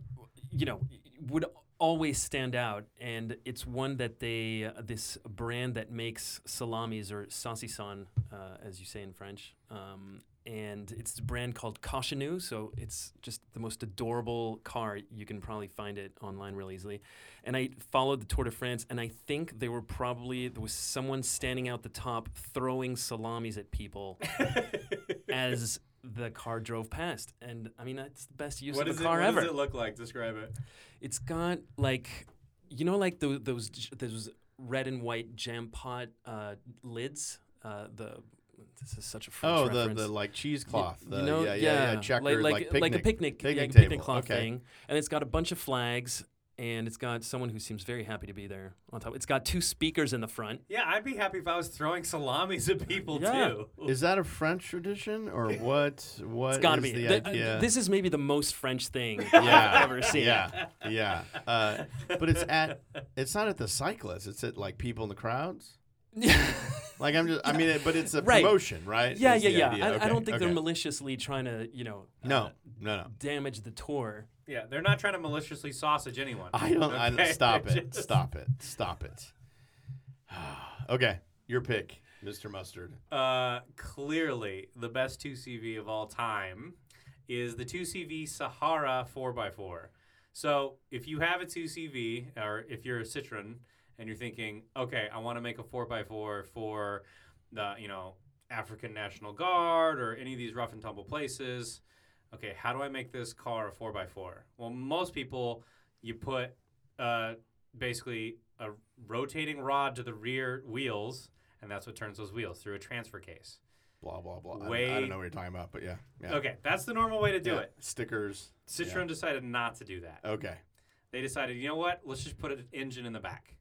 you know, would always stand out, and it's one that they uh, this brand that makes salamis or saucisson, uh, as you say in French. Um, and it's a brand called Cochinou, so it's just the most adorable car. You can probably find it online real easily. And I followed the Tour de France, and I think they were probably there was someone standing out the top throwing salamis at people as the car drove past. And I mean, that's the best use
What
of
is
a
it?
car
what
ever.
does it look like? Describe it.
It's got like, you know, like those those j- those red and white jam pot uh, lids. Uh, the this is such a French
Oh, the,
reference.
the like cheesecloth.
You
The,
know,
yeah, yeah, yeah.
like-
Checker,
like,
like, picnic.
a picnic,
picnic
yeah, like a
table.
picnic cloth
Okay.
thing, and it's got a bunch of flags, and it's got someone who seems very happy to be there on top. It's got two speakers in the front.
Yeah, I'd be happy if I was throwing salamis at people
Yeah.
too.
Is that a French tradition or what? What
It's got to
is
be.
the
Th- uh,
idea?
this is maybe the most French thing
yeah,
I've ever seen.
Yeah, yeah. Uh, but it's at it's not at the cyclists. It's at like people in the crowds. Like I'm just, I mean, it, but it's a
Right.
promotion, right?
yeah,
Is
yeah,
the
yeah.
idea.
I, I
Okay,
don't think
okay.
they're maliciously trying to, you know, uh,
No, no, no.
damage the tour.
Yeah, they're not trying to maliciously sausage anyone.
I don't. I
Okay?
don't. Stop
They're
it.
just-
Stop it. Stop it. okay, your pick, Mr. Mustard.
Uh, clearly, the best 2CV of all time is the 2CV Sahara 4x4. So, if you have a 2CV, or if you're a Citroen and you're thinking, okay, I want to make a 4x4 for the, you know, African National Guard or any of these rough and tumble places, okay, how do I make this car a 4x4? Well, most people, you put uh, basically a rotating rod to the rear wheels, and that's what turns those wheels through a transfer case.
Blah blah blah. I don't- I,
Way-
don't know what you're talking about, but yeah. yeah.
Okay, that's the normal way to do
Yeah.
it.
Stickers.
Citroen decided not to do that.
Okay.
They decided, you know what? Let's just put an engine in the back.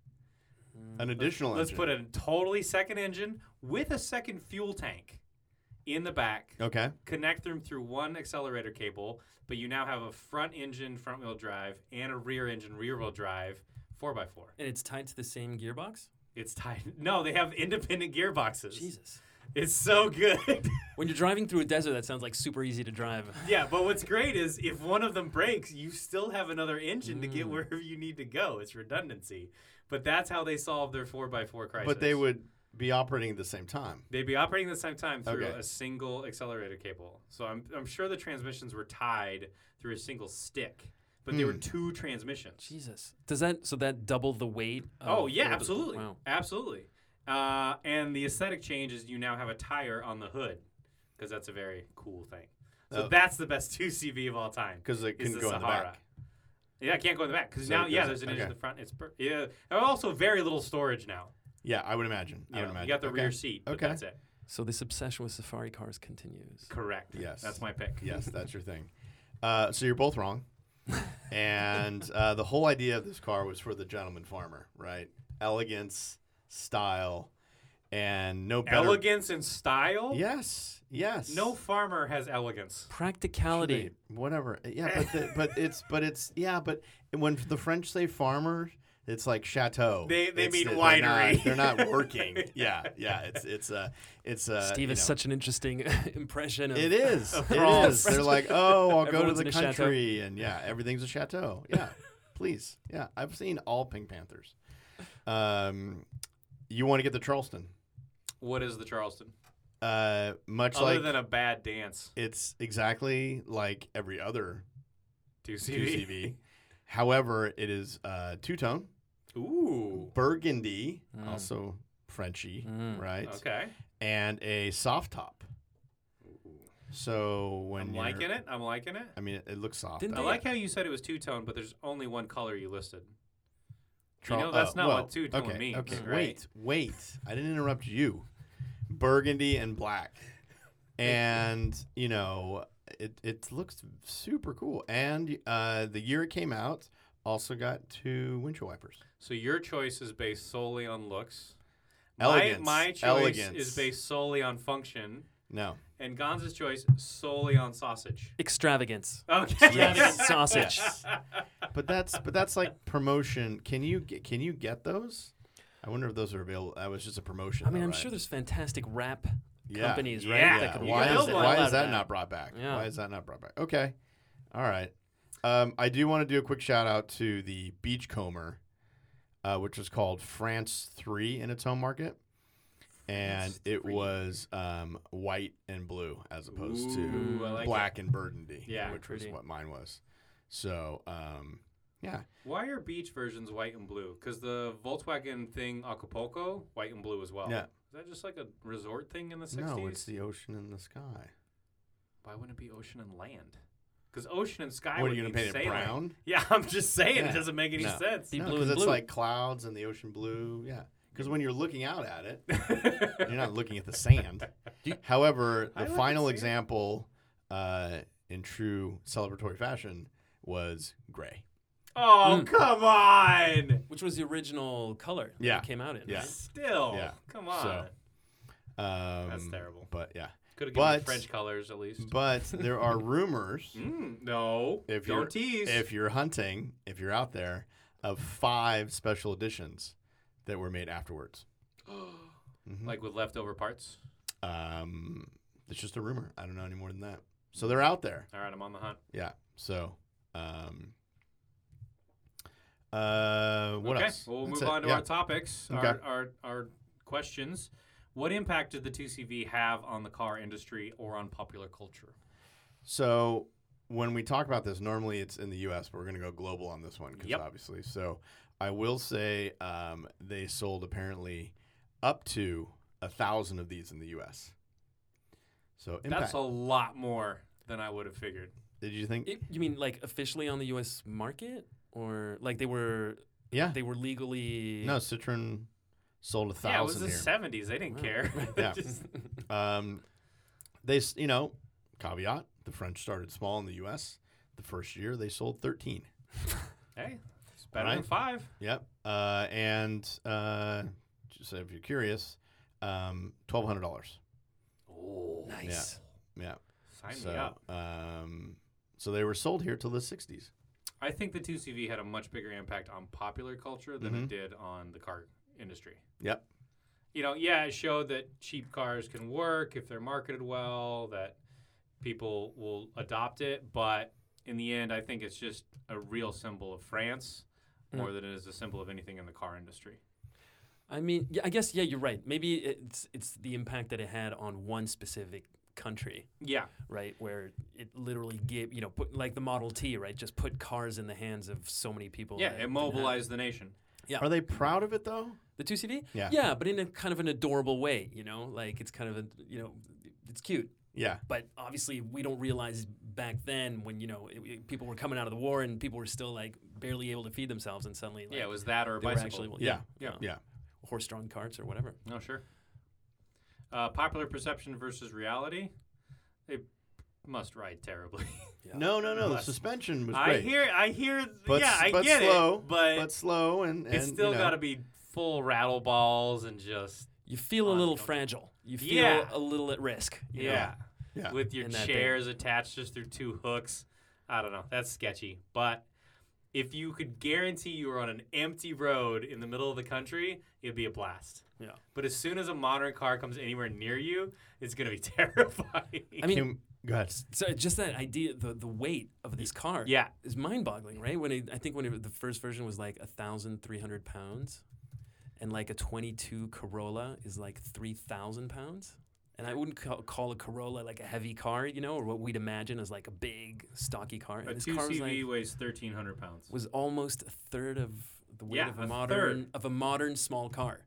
An additional.
Mm. Let's
engine.
put a totally second engine with a second fuel tank in the back.
Okay.
Connect them through one accelerator cable, but you now have a front engine front wheel drive and a rear engine rear wheel drive 4x4.
And it's tied to the same gearbox?
It's tight. No, they have independent gearboxes.
Jesus.
It's so good.
When you're driving through a desert, that sounds like super easy to drive.
Yeah, but what's great is if one of them breaks, you still have another engine to
Mm.
get wherever you need to go. It's redundancy. But that's how they solve their 4x4 crisis.
But they would be operating at the same time.
They'd be operating at the same time through
Okay.
a single accelerator cable. So I'm, I'm sure the transmissions were tied through a single stick, but
Hmm.
they were two transmissions.
Jesus. Does that so that double the weight? Of,
Oh, yeah,
or the-
absolutely.
Wow.
Absolutely. Uh, and the aesthetic change is you now have a tire on the hood because that's a very cool thing. So
Oh.
that's the best 2CV of all time.
Because they
is
couldn't
the
go in the
Sahara.
back.
Yeah, I can't go in the back because
So
now,
it
yeah,
goes-
there's an engine in
okay.
the front. It's per- yeah, and also very little storage now.
Yeah, I would imagine. I
You,
would
know, you
imagine.
got the
Okay.
rear seat. But
Okay.
that's it.
So this obsession with safari cars continues.
Correct.
Yes.
that's my pick.
yes, that's your thing. Uh, so you're both wrong. and uh, the whole idea of this car was for the gentleman farmer, right? Elegance, style, and no better.
Elegance and style.
Yes, yes.
No farmer has elegance.
Practicality.
Wait, whatever. Yeah, but the, but it's but it's yeah, but when the French say farmer, it's like chateau.
They- they
It's-
mean
they're
winery.
not- They're not, working. yeah, yeah. It's it's uh it's uh.
Steve
you
is
know.
such an interesting impression of
It is. It
France.
is. They're like, oh, I'll go to
Everyone's
the
in a chateau.
country, and yeah, everything's a chateau. Yeah, please. Yeah, I've seen all Pink Panthers. Um, you want to get the Charleston?
What is the Charleston?
Uh, much
Other
like
than a bad dance.
it's exactly like every other
2CV.
2CV. However, it is uh, two tone,
Ooh.
burgundy, also Frenchy,
Mm.
right?
Mm. Okay.
And a soft top. So when
I'm
you're-
liking it. I'm liking it.
I mean, it, it looks soft.
Didn't
I
they-
guess.
like how you said it was two tone, but there's only one color you listed.
Char-
you know that's
oh,
not
well,
what two tone
okay,
means,
Okay,
right?
wait, wait. I didn't interrupt you. Burgundy and black, and you know it. It looks super cool. And uh, the year it came out also got two windshield wipers.
So your choice is based solely on looks.
Elegance.
My, my choice
Elegance.
is based solely on function,
No,
and Gonza's choice solely on sausage.
extravagance.
Okay.
Extravagant sausage.
but that's but that's like promotion. Can you get, can you get those? I wonder if those are available. That was just a promotion.
I mean,
though,
I'm
right?
sure there's fantastic rap
Yeah.
companies, right?
Yeah.
that could
can
Why,
build
is,
build
that-
one
why
out
is
of
that
that.
not brought back?
Yeah.
Why is that not brought back? Okay. All right. Um, I do want to do a quick shout out to the Beachcomber, uh, which was called France 3 in its home market. And
France
it
3.
was um, white and blue as opposed
Ooh, I
to
like
black and burgundy,
Yeah,
which
pretty.
was what mine was. So, um, yeah.
Why are beach versions white and blue? Because the Volkswagen thing Acapulco, white and blue as well.
Yeah.
Is that just like a resort thing in the 60s?
No, it's the ocean and the sky.
Why wouldn't it be ocean and land? Because ocean and sky.
what
would
are you
mean
going to paint it
sailing.
brown?
Yeah, I'm just saying
Yeah.
it doesn't make any
No.
sense.
Deep
No,
blue
'cause
and
it's
blue.
like clouds and the ocean blue. Yeah. Because when you're looking out at it, You're not looking at the sand. However, the
I look at
final
sand.
example uh, in true celebratory fashion was gray.
oh
Mm.
come on!
Which was the original color that
Yeah.
it came out in.
Yeah.
right?
Still,
Yeah.
come
So,
on.
Um,
terrible.
But yeah,
Could have given
but-
it French colors at least.
but there are rumors
Mm, no,
If
don't
you're-
tease.
if you're hunting, if you're out there, of five special editions that were made afterwards. Mhm.
like with leftover parts.
um, it's just a rumor. I don't know any more than that. So they're out there.
All right, I'm on the hunt.
Yeah. So, um, uh, what
okay,
else?
well, we'll
That's
move
it.
on to
Yeah.
our topics, our,
Okay.
our our questions. What impact did the 2CV have on the car industry or on popular culture?
So when we talk about this, normally it's in the U.S., but we're going to go global on this one because
Yep.
obviously. So I will say um, they sold apparently up to a thousand of these in the U.S. So impact.
That's a lot more than I would have figured.
Did you think?
It- you mean like officially on the U.S. market, or like they were
yeah.
they were legally
no, Citroen sold a
Yeah, it was
thousand
the
here.
70s. They didn't
Wow.
care.
Yeah.
Just-
Um, they, s- you know, caveat: the French started small in the U.S. The first year they sold thirteen.
hey, it's better than
Right.
five.
Yep. Uh, and uh, just so if you're curious, um, twelve hundred dollars.
Oh,
nice.
Yeah.
Sign
so,
me up.
Um, so they were sold here till the '60s.
I think the 2CV had a much bigger impact on popular culture than it
Mhm.
did on the car industry.
Yep.
You know, yeah, it showed that cheap cars can work if they're marketed well, that people will adopt it, but in the end, I think it's just a real symbol of France more than it is a symbol of anything in the car industry.
I mean, yeah, I guess yeah, you're right. Maybe it's it's the impact that it had on one specific country,
Yeah.
right? Where it literally gave you know put, like the Model T, right? Just put cars in the hands of so many people.
Yeah,
that
it
didn't have-
mobilized the nation.
Are they proud of it though?
the two CD.
Yeah.
yeah, but in a kind of an adorable way, you know, like it's kind of a you know it's cute.
Yeah.
but obviously we don't realize back then when you know it, it- people were coming out of the war and people were still like barely able to feed themselves and suddenly like
Yeah, it was that or a
they were
bicycle.
actually well,
Yeah,
yeah.
yeah.
horse-drawn carts or whatever
No, sure. Uh, popular perception versus reality. They must ride terribly.
Yeah.
No, no, no. The
Less.
suspension was
I
great.
hear, I hear.
But
yeah,
s-
I
but
get
slow,
it, but,
but slow and, and
it's still
you know,
got to be full rattle balls and just
you feel a
On
little
the-
fragile you feel
Yeah.
a little at risk you know?
yeah,
Yeah.
with your
In that
chairs attached just through two hooks. I don't know. That's sketchy, but. If you could guarantee you were on an empty road in the middle of the country, it'd be a blast.
Yeah.
But as soon as a modern car comes anywhere near you, it's gonna be terrifying.
i mean
Kim- go ahead.
so just that idea the, the weight of this car
yeah,
is mind-boggling right when it, i think when it, the first version was like 1300 pounds and like a 22 corolla is like 3000 pounds and i wouldn't ca- call a corolla like a heavy car you know or what we'd imagine as like a big stocky car and
A
this
two
car was
CV
like
weighs thirteen hundred pounds.
was almost a third of the weight
Yeah,
of
a
a,
third.
modern of a modern small car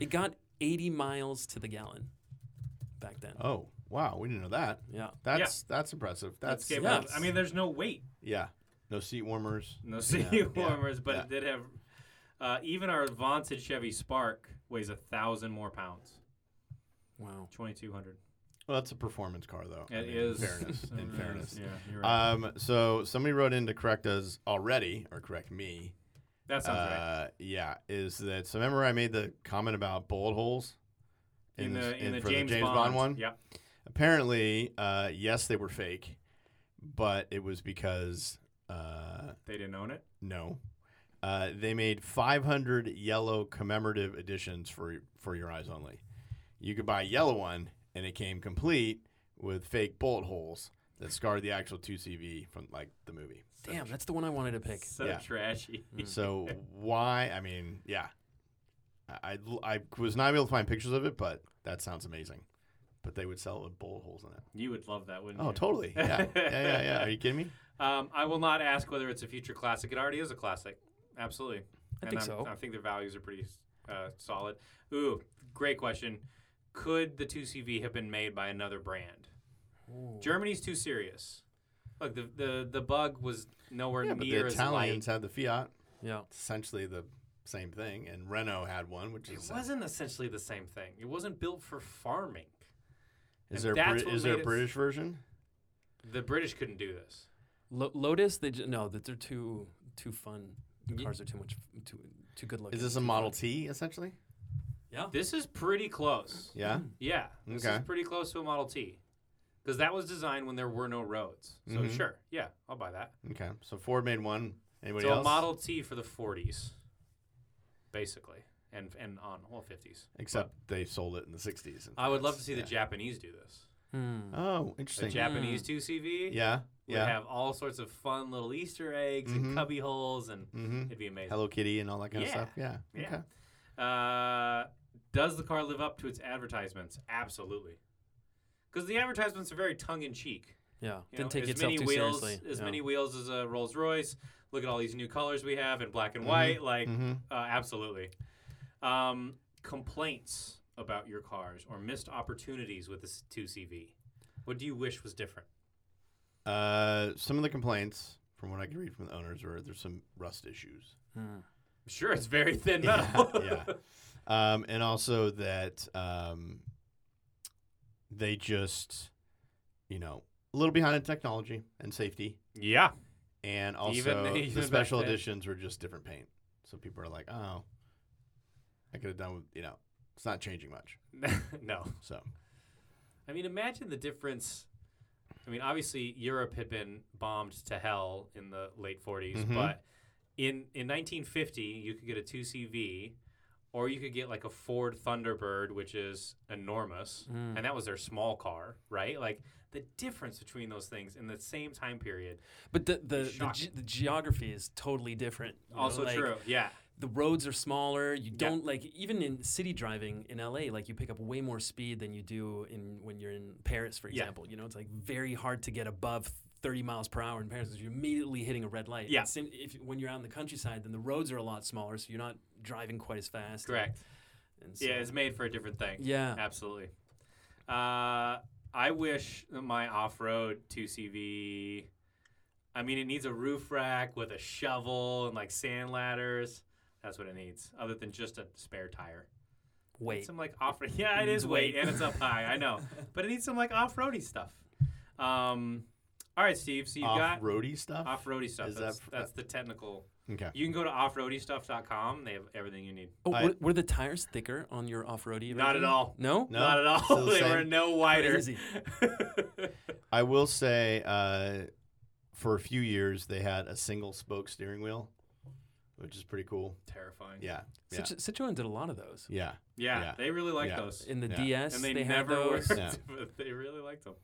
it got 80 miles to the gallon back then
Oh wow, we didn't know that.
yeah
That's that's impressive. That's
Escape
yeah.
velocity. I mean, there's no weight,
yeah. No seat warmers.
no seat
yeah,
warmers, but
yeah.
it did have. Uh, even our vaunted Chevy Spark weighs a thousand more pounds,
wow
twenty two hundred.
Well, that's a performance car though. I
It
mean,
is
In fairness.
it
in
is,
fairness.
yeah, you're right.
Um, so somebody wrote in to correct us already, or correct me.
that sounds right.
uh, Yeah, is that so? Remember, I made the comment about bullet holes
In the
s-
in, the
for
James,
James Bond, one.
yeah,
Apparently, uh, yes, they were fake, but it was because uh,
they didn't own it.
no, uh, they made 500 yellow commemorative editions for for your eyes only. You could buy a yellow one, and it came complete with fake bullet holes that scarred the actual 2CV from like the movie.
damn that's the one i wanted to pick
So
Yeah. Hmm.
trashy.
So why? I mean, yeah, I, I I was not able to find pictures of it, but that sounds amazing. But they would sell it with bullet holes in it.
you would love that, wouldn't
Oh,
you?
totally. Yeah, yeah, yeah. yeah. Are you kidding me?
Um, I will not ask whether it's a future classic. It already is a classic. Absolutely.
I think
I'm-
so.
I think their values are pretty uh, solid. Ooh, great question. Could the 2CV have been made by another brand?
Ooh.
Germany's too serious. Look, the the, the bug was nowhere
Yeah, but the
near as
Italians had the Fiat,
yeah
It's essentially the same thing, and Renault had one, which
light.
is uh,
It wasn't essentially the same thing. It wasn't built for farming.
Is
and
there a
that's
Brit-
what
is there
made
a
it-
British version?
The British couldn't do this.
Lo- Lotus, they j- no, that they're too too fun. The
Ye-
cars are too much f- too too good looking.
Is this a
too
Model
fun.
T essentially?
Yeah.
This is pretty close.
Yeah.
Yeah, this is
Okay.
pretty close to a Model T, because that was designed when there were no roads. So
Mhm.
sure, yeah, I'll buy that.
Okay. So Ford made one. Anybody
so
else?
a Model T for the 40s, basically. and and on well 50s.
Except they sold it in the 60s. in
I would love to
France.
see the
Yeah.
Japanese do this.
Hmm.
Oh,
The
interesting.
Japanese 2CV
yeah.
would
Yeah.
have all sorts of fun little Easter eggs
Mhm.
and cubby holes, and
mm-hmm.
it'd be amazing.
Hello Kitty and all that kind of
Yeah.
stuff. Yeah.
Yeah.
Okay.
Uh, does the car live up to its advertisements? Absolutely. Because the advertisements are very tongue in cheek.
Yeah.
You
Didn't
know,
take
as
itself
many
too
wheels,
seriously.
As
Yeah.
many wheels as a Rolls Royce. Look at all these new colors we have in black and
Mhm,
white.
Mm-hmm.
Like,
hmm
uh, absolutely. Um, complaints about your cars or missed opportunities with this 2CV. What do you wish was different?
Uh, some of the complaints, from what I can read from the owners, are there's some rust issues.
Hmm.
I'm sure it's very thin
Yeah,
metal.
yeah. Um, and also that um, they just, you know, a little behind in technology and safety.
yeah.
And also,
Even- even
the
back
special
then.
editions were just different paint. So people are like, oh, I could have done with, you know, it's not changing much.
no.
So,
I mean, imagine the difference. I mean, obviously Europe had been bombed to hell in the late 40s,
Mm-hmm.
Mhm.
but in in 1950 you could get a 2CV or you could get like a Ford Thunderbird, which is enormous,
Mm.
and that was their small car, right? Like the difference between those things in the same time period.
But the the, the,
Shocking.
ge- the geography is totally different. you know,
also
like,
true. Yeah.
The roads are smaller. You don't like even in city driving in LA, like you pick up way more speed than you do in when you're in Paris, for
Yeah.
example. You know, it's like very hard to get above. 30 miles per hour in Paris, 'cause you're immediately hitting a red light.
Yeah.
It's in- if, when you're out in the countryside, then the roads are a lot smaller, so you're not driving quite as fast.
Correct.
And, so,
Yeah, it's made for a different thing.
yeah.
Absolutely. Uh, I wish that my off road 2CV. I mean, it needs a roof rack with a shovel and like sand ladders. That's what it needs, other than just a spare tire. It needs
Wait.
Some like off road. Yeah, it
needs
is weight
weight.
and it's up high. I know. But it needs some like off roady stuff. Um, all right, Steve. So you've
off
got
roady stuff?
off roady stuff.
Is that
That's,
f-
that's the technical.
okay.
You can go to offroadystuff.com. They have everything you need.
Oh,
I-
were, were the tires thicker on your off-roady?
Not
version?
at all.
No.
No,
Not at
still
all.
the
they were
same.
no wider.
Crazy.
I will say, uh, for a few years, they had a single spoke steering wheel, which is pretty cool.
Terrifying.
Yeah. Yeah.
Situ- Citroen did a lot of those.
Yeah.
Yeah,
Yeah.
they really like
Yeah.
those.
In the
Yeah.
DS,
and they,
had
never were.
those.
Yeah.
but they really liked them.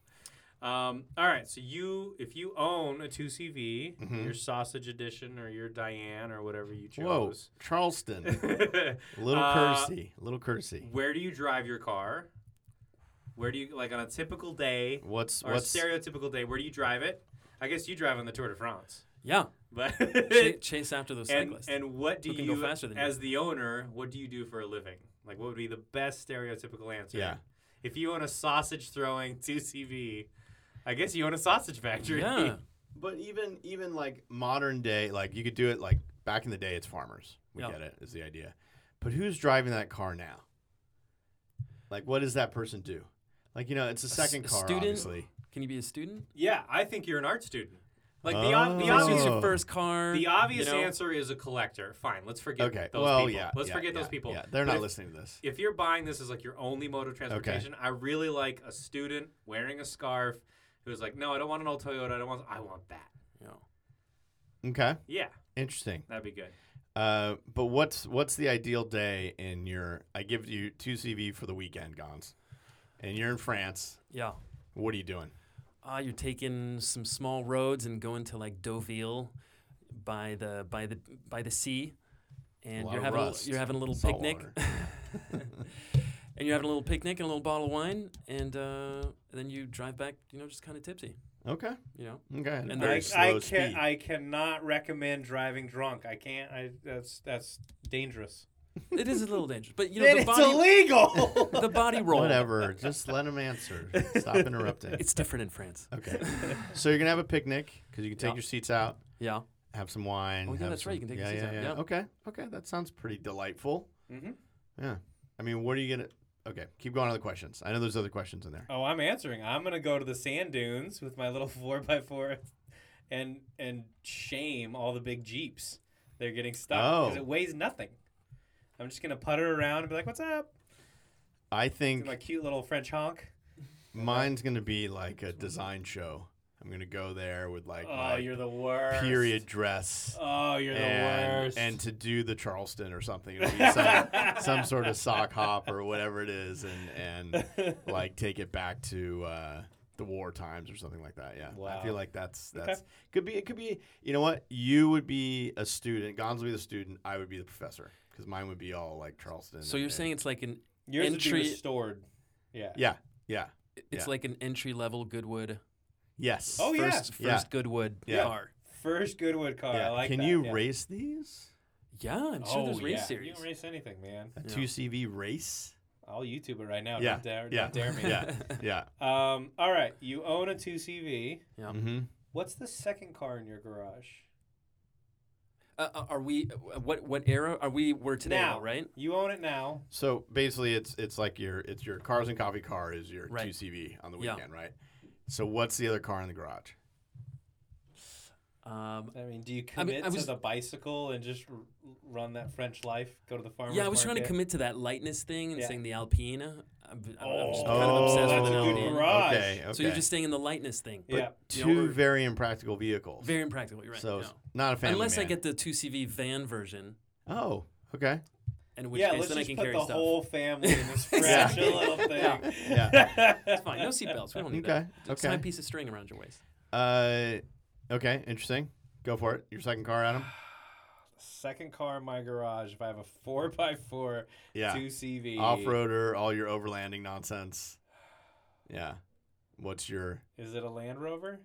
Um, all right, so you, if you own a 2CV,
Mhm.
your sausage edition or your Diane or whatever you
Whoa,
chose,
Charleston. Little
Uh,
courtesy. Little courtesy.
where do you drive your car? Where do you, like on a typical day
What's
or
what's
a stereotypical day, where do you drive it? I guess you drive on the Tour de France.
Yeah,
But
Ch- chase after those
and,
cyclists.
and what do
who can go
you,
faster than you.
as the owner, what do you do for a living? Like, what would be the best stereotypical answer?
Yeah.
If you own a sausage throwing 2CV, I guess you own a sausage factory.
yeah,
But even even like modern day, like you could do it like back in the day, it's farmers. We
Yeah.
get it is the idea. But who's driving that car now? Like, what does that person do? Like, you know, it's a
s-
second
a
car,
student?
obviously.
can you be a student?
Yeah, I think you're an art student. Like, the, ob-
Oh.
the
First, it's
obvious.
your first car.
The obvious
you know?
answer is a collector. Fine, let's forget
Okay.
those
well,
people.
yeah.
let's
yeah,
forget
yeah,
those people.
Yeah, they're
But
not
if-
listening to this.
If you're buying this as like your only mode of transportation, I really like a student wearing a scarf who's like, "No, I don't want an old Toyota. I don't want. I want that."
You know.
Okay,
Yeah,
interesting.
that'd be good.
Uh, but what's what's the ideal day in your? I give you two CV for the weekend, Gons, and you're in France.
Yeah.
What are you doing?
Ah, you're taking some small roads and going to like Deauville by the by the by the sea, and
lot
you're
of
having a,
rust.
you're having a little
Salt
picnic. And you're having a little picnic and a little bottle of wine, and uh, then you drive back, you know, just kind of tipsy,
Okay,
you know.
okay.
And
very
I-
slow speed.
I cannot recommend driving drunk. I can't. I that's that's dangerous.
It is a little dangerous, but you know, the body,
illegal.
the body roll.
Whatever. Just let him answer. Stop interrupting.
It's different in France.
Okay. So you're gonna have a picnic because you can take
Yeah.
your seats out,
Yeah.
have some wine.
Oh, yeah,
have
that's right, you
some-
can take your
yeah,
seats
yeah,
out,
Yeah.
yeah. Mm-hmm.
Okay. Okay. That sounds pretty delightful.
hmm
Yeah. I mean, what are you gonna? Okay. Keep going on the questions. I know there's other questions in there.
Oh, I'm answering. I'm gonna go to the sand dunes with my little four by four, and and shame all the big jeeps. They're getting stuck because
Oh.
it weighs nothing. I'm just gonna putter around and be like, "What's up?"
I
Do
think
my cute little French honk.
mine's gonna be like a design show. I'm gonna go there with like
Oh,
my
you're the worst.
period dress.
Oh, you're the
and,
worst.
and to do the Charleston or something, It'll be some, some sort of sock hop or whatever it is, and and like take it back to uh, the war times or something like that. Yeah, I
Wow.
feel like that's that's could be it could be you know what you would be a student, Gonzo would be the student, I would be the professor because mine would be all like Charleston.
So
and-
you're
and-
saying it's like an
Yours would
entry-
be restored. Yeah.
yeah, yeah, Yeah.
it's like an entry level Goodwood
yes.
Oh, yeah.
first
Yeah.
first Goodwood
Yeah.
car.
First Goodwood car.
Yeah.
I like
Can
that.
you
yeah.
race these?
Yeah, I'm sure
oh,
there's race
yeah.
series.
You can race anything, man.
A
Yeah.
two CV race?
I'll YouTube it right now.
Yeah,
Don't dare,
yeah,
don't dare me.
yeah. Yeah.
Um, all right. You own a 2CV.
Yep.
Mm-hmm.
What's the second car in your garage?
Uh, uh, are we uh, what what era are we? We're today,
now,
right?
You own it now.
So basically, it's it's like your it's your cars and coffee car is your
Right.
two CV on the
Yeah.
weekend, right? So what's the other car in the garage?
Um,
I mean, do you
I mean,
commit
I was-
to the bicycle and just r- run that French life? Go to the farmer's
yeah, I was trying to
market?
commit to that lightness thing and
Yeah.
saying the Alpina. I'm, I'm, I'm
Oh,
just kind of obsessed with
that's
the
a good
Alpina.
garage.
Okay, okay.
So you're just staying in the lightness thing.
But
Yeah.
two
You know, we're-
very impractical vehicles.
Very impractical, you're right?
so
no.
it's not a family.
unless I
man.
get the two CV van version,
Oh, okay.
and which
yeah,
case
let's
then
just
I can
put
carry
the
stuff.
whole family in this French
Exactly.
little thing.
Yeah.
Yeah.
It's fine. No seatbelts. We don't need
Okay.
that. Just tie a
Okay.
piece of string around your waist.
Uh, okay. Interesting. Go for it. Your second car, Adam.
Second car in my garage. If I have a four x four,
Yeah.
two CV,
Off roader. All your overlanding nonsense. Yeah. What's your
Is it a Land Rover?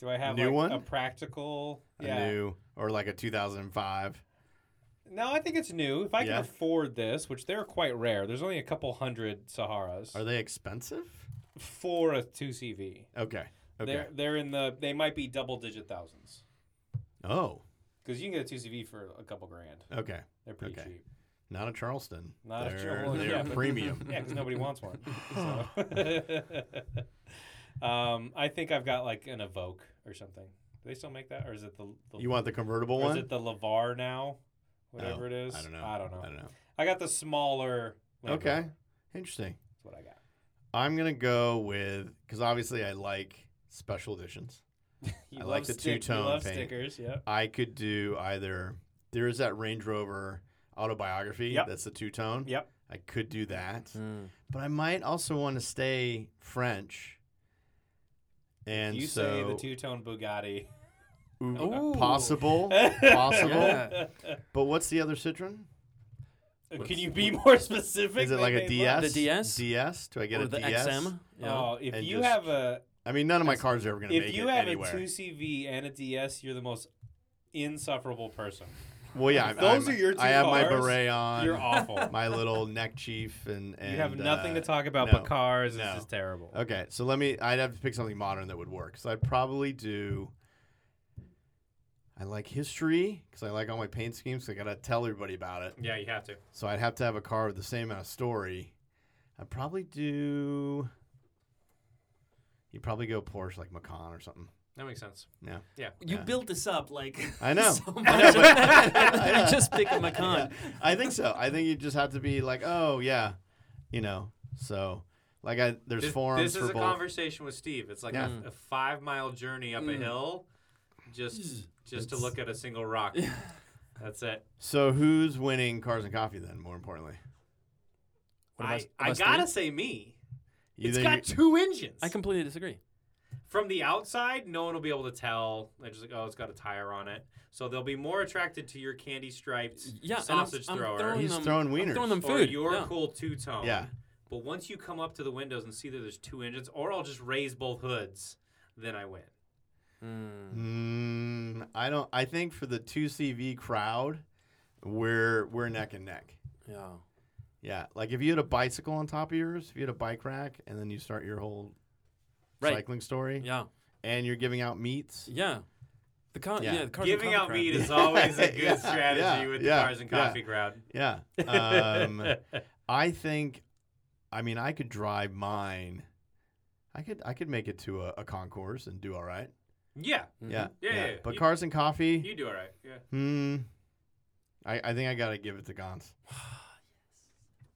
Do I have
New
like,
one?
a practical?
a new or like a 2005?
No, I think it's new. If I
Yeah.
can afford this, which they're quite rare, there's only a couple hundred Saharas
Are they expensive?
for a two CV.
Okay. Okay.
They're they're in the they might be double digit thousands
oh.
because you can get a two CV for a couple grand.
Okay.
They're pretty
Okay.
cheap.
Not a Charleston.
Not a
they're,
Charleston,
They're
yeah, but-
premium.
Yeah, because nobody wants one. So. um, I think I've got like an Evoke or something. Do they still make that, or is it the, the
You want the convertible
or
one?
is it the Lavar now? Whatever
Oh,
it is.
I don't know.
I don't know.
I don't know.
I got the smaller. Land
Okay.
Rover.
Interesting.
That's what I got.
I'm gonna go with because obviously I like special editions. I
You love
like the
stick-
two-tone
You love
paint.
stickers. Yep.
I could do either. There is that Range Rover autobiography.
Yep.
That's the two tone.
Yep.
I could do that, but I might also want to stay French. And
you
so
say the two tone Bugatti.
Ooh,
Ooh.
possible, possible.
Yeah.
But what's the other Citroen?
Can you be more specific?
Is it
They
like a
made love.
DS?
The DS?
DS? Do I get
or
a
the
DS?
XM. Yeah.
Oh, if
And
you
just-
have a
I mean, none of my cars are ever going to
if
make
you
it
have
anywhere.
a two CV and a DS, you're the most insufferable person.
well, yeah,
if
I- I'm-
those are your two
I have my
cars,
beret on.
you're awful.
my little neck chief and, and
you have nothing
uh,
to talk about
no.
but cars.
No.
This is terrible.
Okay, so let me. I'd have to pick something modern that would work. So I'd probably do. I like history because I like all my paint schemes. So I gotta tell everybody about it.
Yeah, you have to.
So I'd have to have a car with the same amount of story. I'd probably do. You'd probably go Porsche like Macan or something.
That makes sense.
Yeah.
Yeah.
You
Yeah.
built this up like
I know.
so much.
I know,
You just pick a Macan.
I think so. I think you just have to be like, oh yeah, you know. So like, I there's
This,
forums
this is
for
a
both.
conversation with Steve. It's like a-
Yeah.
a, five mile journey up a
Mm.
hill, just just to
It's-
look at a single rock. That's it.
so who's winning cars and coffee then? More importantly,
What
I,
about-
I
about
gotta
Steve?
say me.
You
it's
think
got
you-
two engines.
I completely disagree.
From the outside, no one will be able to tell. They're just like, oh, it's got a tire on it. So they'll be more attracted to your candy striped
Yeah, and I'm-
sausage
I'm
thrower
throwing
He's
them-
throwing
I'm
wieners.
throwing them
or
food.
your
yeah.
cool two tone.
Yeah.
But once you come up to the windows and see that there's two engines, or I'll just raise both hoods, then I win.
Mm.
Mm, I don't. I think for the two CV crowd, we're we're neck and neck.
Yeah.
Yeah, like if you had a bicycle on top of yours, if you had a bike rack, and then you start your whole
Right.
cycling story,
Yeah.
and you're giving out meats.
Yeah. The con.
Yeah.
Yeah. the cars and
Giving
coffee
out
crowd.
meat is always a good
Yeah,
strategy
yeah,
with
yeah,
the cars and
yeah.
coffee crowd.
Yeah. Um, I think, I mean, I could drive mine. I could I could make it to a, a concourse and do all right.
yeah,
Mhm.
Mm-hmm. Yeah,
Yeah, yeah, yeah.
But
You-
cars and coffee,
you do all right. Yeah.
Ah,
hmm. I, I think I gotta give it to Gons.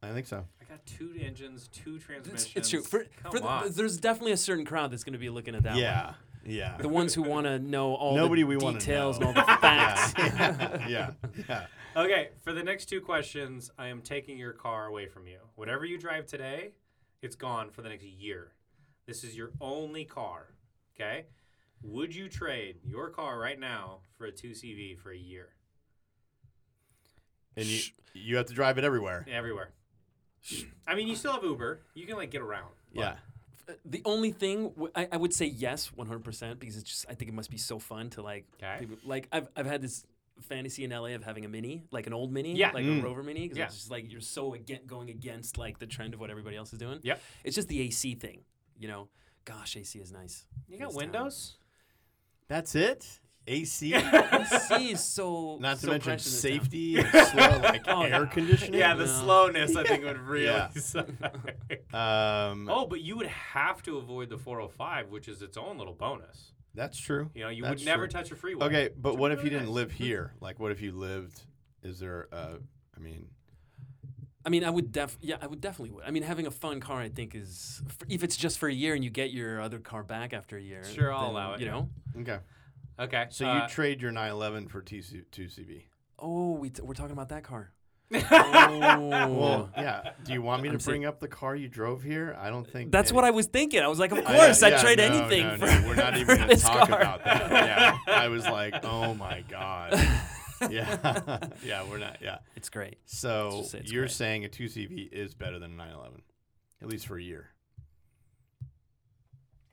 I think so.
I got two engines, two transmissions.
It's, it's true. For,
Come
for the,
on.
there's definitely a certain crowd that's going to be looking at that. one.
yeah. Yeah.
The ones who want to know all
Nobody
the
we wanna
details
know.
and all the facts.
yeah. yeah. Yeah.
Okay, for the next two questions, I am taking your car away from you. Whatever you drive today, it's gone for the next year. This is your only car. Okay? Would you trade your car right now for a 2CV for a year?
And you
Sh-
you have to drive it everywhere.
Everywhere. I mean, you still have Uber. You can, like, get around.
Yeah.
the only thing w- I, I would say yes 100% because it's just i think it must be so fun to like
Okay.
people- like I've, I've had this fantasy in la of having a mini like an old mini
Yeah.
like
Mm.
a rover mini because
Yeah.
it's just like you're so against, going against like the trend of what everybody else is doing
Yep.
it's just the ac thing you know gosh ac is nice
You got
This
windows?
That's it. AC.
ac is so
Not to
so
mention
precious in this town.
safety, and slow, like
Oh,
air
yeah.
conditioning.
Yeah, the
No.
slowness, I think, would really
Yeah.
suck.
Um,
Oh, but you would have to avoid the 405, which is its own little bonus.
that's true.
You know, you
That's
would never
true.
touch a freeway.
Okay, but what if you
really
didn't
nice.
live here? Like, what if you lived? Is there? Uh, I mean,
I mean, I would def yeah, I would definitely would. I mean, having a fun car, I think, is f- if it's just for a year and you get your other car back after a year.
Sure, I'll
then,
allow it,
You
yeah.
know,
okay.
Okay. uh,
So
Uh,
you trade your 911 for TC, two CB.
oh, we t- we're talking about that car.
Well,
oh.
yeah. Do you want me to
I'm saying-
bring up the car you drove here? I don't think
That's
any-
what I was thinking. I was like, of
I-
course, I'd
yeah,
trade
no,
anything
no,
for,
no, we're not
for
even gonna
this
talk
car.
about that. Yeah, I was like, oh my god. Yeah, yeah, we're not. Yeah.
It's great.
So
just say it's
you're
great.
saying a two CV is better than a 911, at least for a year,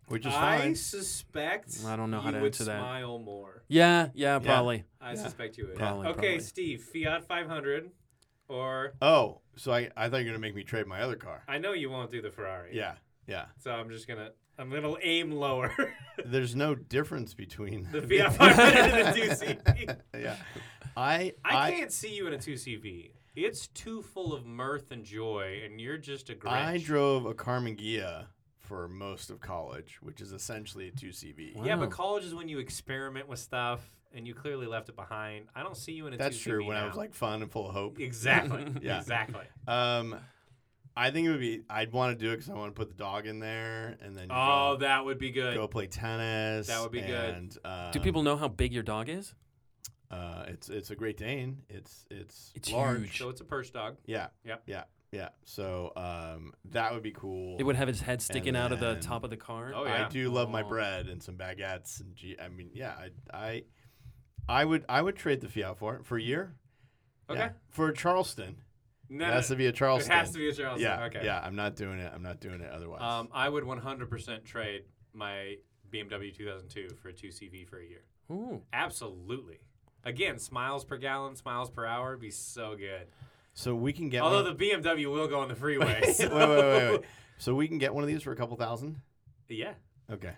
which is
I
fine.
suspect
I don't know how
you
to
would
answer that.
smile more.
Yeah, yeah, probably.
I
Yeah.
suspect you would.
Probably,
okay,
probably.
Steve, Fiat 500, or
Oh, so I, I thought you were gonna make me trade my other car.
I know you won't do the Ferrari.
Yeah, yeah.
So I'm just gonna I'm gonna aim lower.
There's no difference between
the Fiat 500 and the 2CV.
yeah. I
I
I
can't see you in a 2CV. It's too full of mirth and joy, and you're just a Grinch.
I, drove a Carmen Ghia for most of college, which is essentially a two CV.
Wow.
Yeah, but college is when you experiment with stuff, and you clearly left it behind. I don't see you in a 2CV.
That's true. When I was
now.
like fun and full of hope.
exactly,
Yeah.
exactly.
Um, I think it would be. I'd want to do it because I want to put the dog in there and then
Oh,
go,
that would be good.
go play tennis.
That would be good.
and, good. Um,
Do people know how big your dog is?
Uh, it's it's a Great Dane. It's it's
It's
large.
huge.
So it's a purse dog.
Yeah.
Yep.
Yeah. Yeah. So um, that would be cool.
It would have its head sticking out of the
then-
top of the car.
Oh,
I
yeah.
do love my
Oh.
bread and some baguettes and gee, I mean, yeah, I, I, I would, I would trade the Fiat for it for a year.
Okay.
Yeah. For a Charleston,
No,
it has to be a
no, it
Charleston.
has to be a Charleston.
Yeah,
okay.
yeah. I'm not doing it. I'm not doing it otherwise.
Um, I would 100% trade my BMW 2002 for a 2CV for a year.
Ooh.
Absolutely. Again, smiles per gallon, smiles per hour would be so good.
so we can get.
Although
one,
the BMW will go on the freeway.
wait,
so-
wait, wait, wait. So we can get one of these for a couple thousand.
Yeah,
Okay.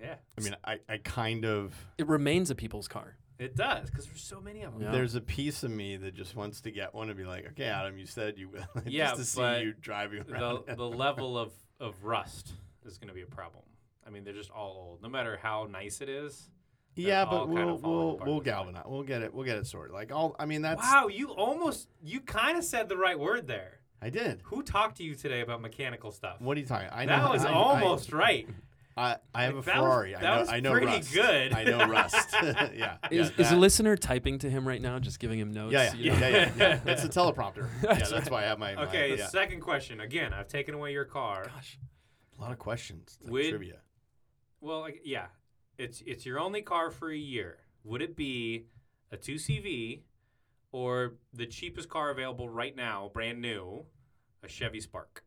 yeah.
I mean, I, I kind of
It remains a people's car.
It does, because there's so many of them.
Yeah.
there's a piece of me that just wants to get one and be like, okay, Adam, you said you will.
Yeah,
just to see
but
you driving
the,
around.
the level of, of rust is going to be a problem. I mean, they're just all old. No matter how nice it is.
Yeah,
all
but
kind
we'll
of falling
we'll
apart
we'll
at this point.
galvanize. We'll get it. We'll get it sorted. Like all. I mean, that's.
Wow, you almost, you kind of said the right word there.
I did.
Who talked to you today about mechanical stuff?
What are you talking? I
that
know.
was
I, I-
almost right.
I, I have a
Like, that was-
Ferrari.
that
I know.
was
I know.
pretty
rust.
good.
I know rust. yeah. yeah,
Is, is a
that-
listener typing to him right now, just giving him notes?
Yeah,
you
yeah,
know?
yeah, yeah, yeah. It's a teleprompter. Yeah, that's why I have my. my-
Okay,
yeah.
second question. Again, I've taken away your car.
Gosh.
A lot of questions. It's like
Would-
trivia.
Well, like, yeah, it's it's your only car for a year. Would it be a two CV or the cheapest car available right now, brand new, a Chevy Spark?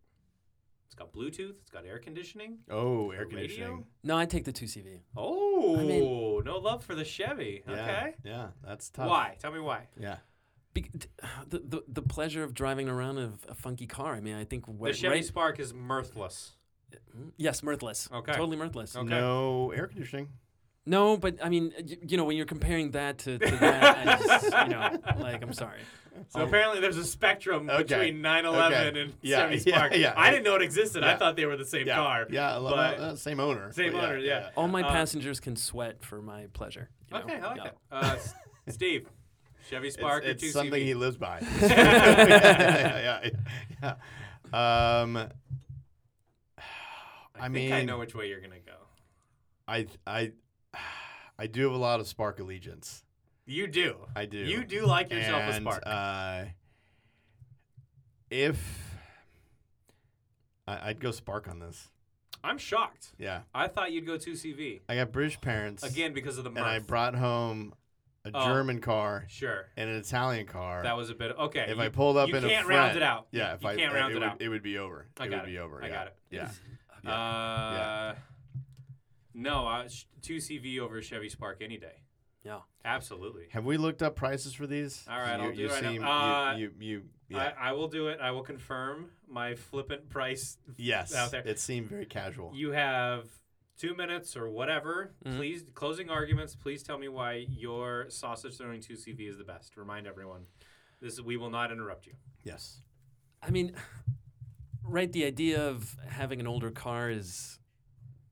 It's got Bluetooth. It's got air conditioning.
Oh, air
radio?
conditioning.
No, I take the two CV.
Oh, no love for the Chevy.
Yeah,
Okay,
Yeah, that's tough.
why? Tell me why.
Yeah.
Be- d- the, the the pleasure of driving around a, a funky car. I mean, I think
The
what,
Chevy
right- mm,
Spark is mirthless.
Yes, mirthless.
Okay.
Totally mirthless.
Okay.
No air conditioning.
No, but I mean, you, you know, when you're comparing that to, to that, I just, you know, like, I'm sorry.
So apparently, there's a spectrum
Oh. Okay.
between 911
Okay.
and
Yeah,
Chevy
yeah,
Spark.
yeah.
I didn't know it existed. I
Yeah.
thought they were the same
Yeah.
car.
Yeah. I love
but-
that. Same owner.
Same
but
owner, yeah.
All my
Uh,
passengers can sweat for my pleasure. you know?
Okay, I like
Yeah.
that. Uh, S- Steve, Chevy
It's-
Spark
it's,
or 2CV?
something he lives by. yeah, yeah, yeah, yeah. Um,
I,
I
think I
mean-
know which way you're gonna go.
I I I do have a lot of spark allegiance.
You do.
I do.
You do like yourself a
And,
spark.
Uh, if I, I'd go spark on this,
I'm shocked.
yeah.
I thought you'd go 2CV
I got British parents
again because of the
and I
month.
brought home a
Oh.
German car
sure.
and an Italian car.
That was a bit okay.
if
you,
I pulled up
you
in a
can't round
friend-
it out.
yeah, if
you
I
can't round it,
would,
out.
It would be over.
I
it
got
would
it.
be over.
I
yeah.
got it.
Yeah.
Uh, No, I, two CV over Chevy Spark any day.
Yeah.
absolutely.
Have we looked up prices for these?
All right,
you,
I'll do
you
it right now.
seem,
Uh,
you, you, you- yeah.
I, I will do it. I will confirm my flippant price.
yes.
out there.
It seemed very casual.
You have two minutes or whatever.
Mm-hmm.
Mhm.
Please, closing arguments. Please tell me why your sausage throwing two CV is the best. Remind everyone. This we will not interrupt you.
yes.
I mean, right? The idea of having an older car is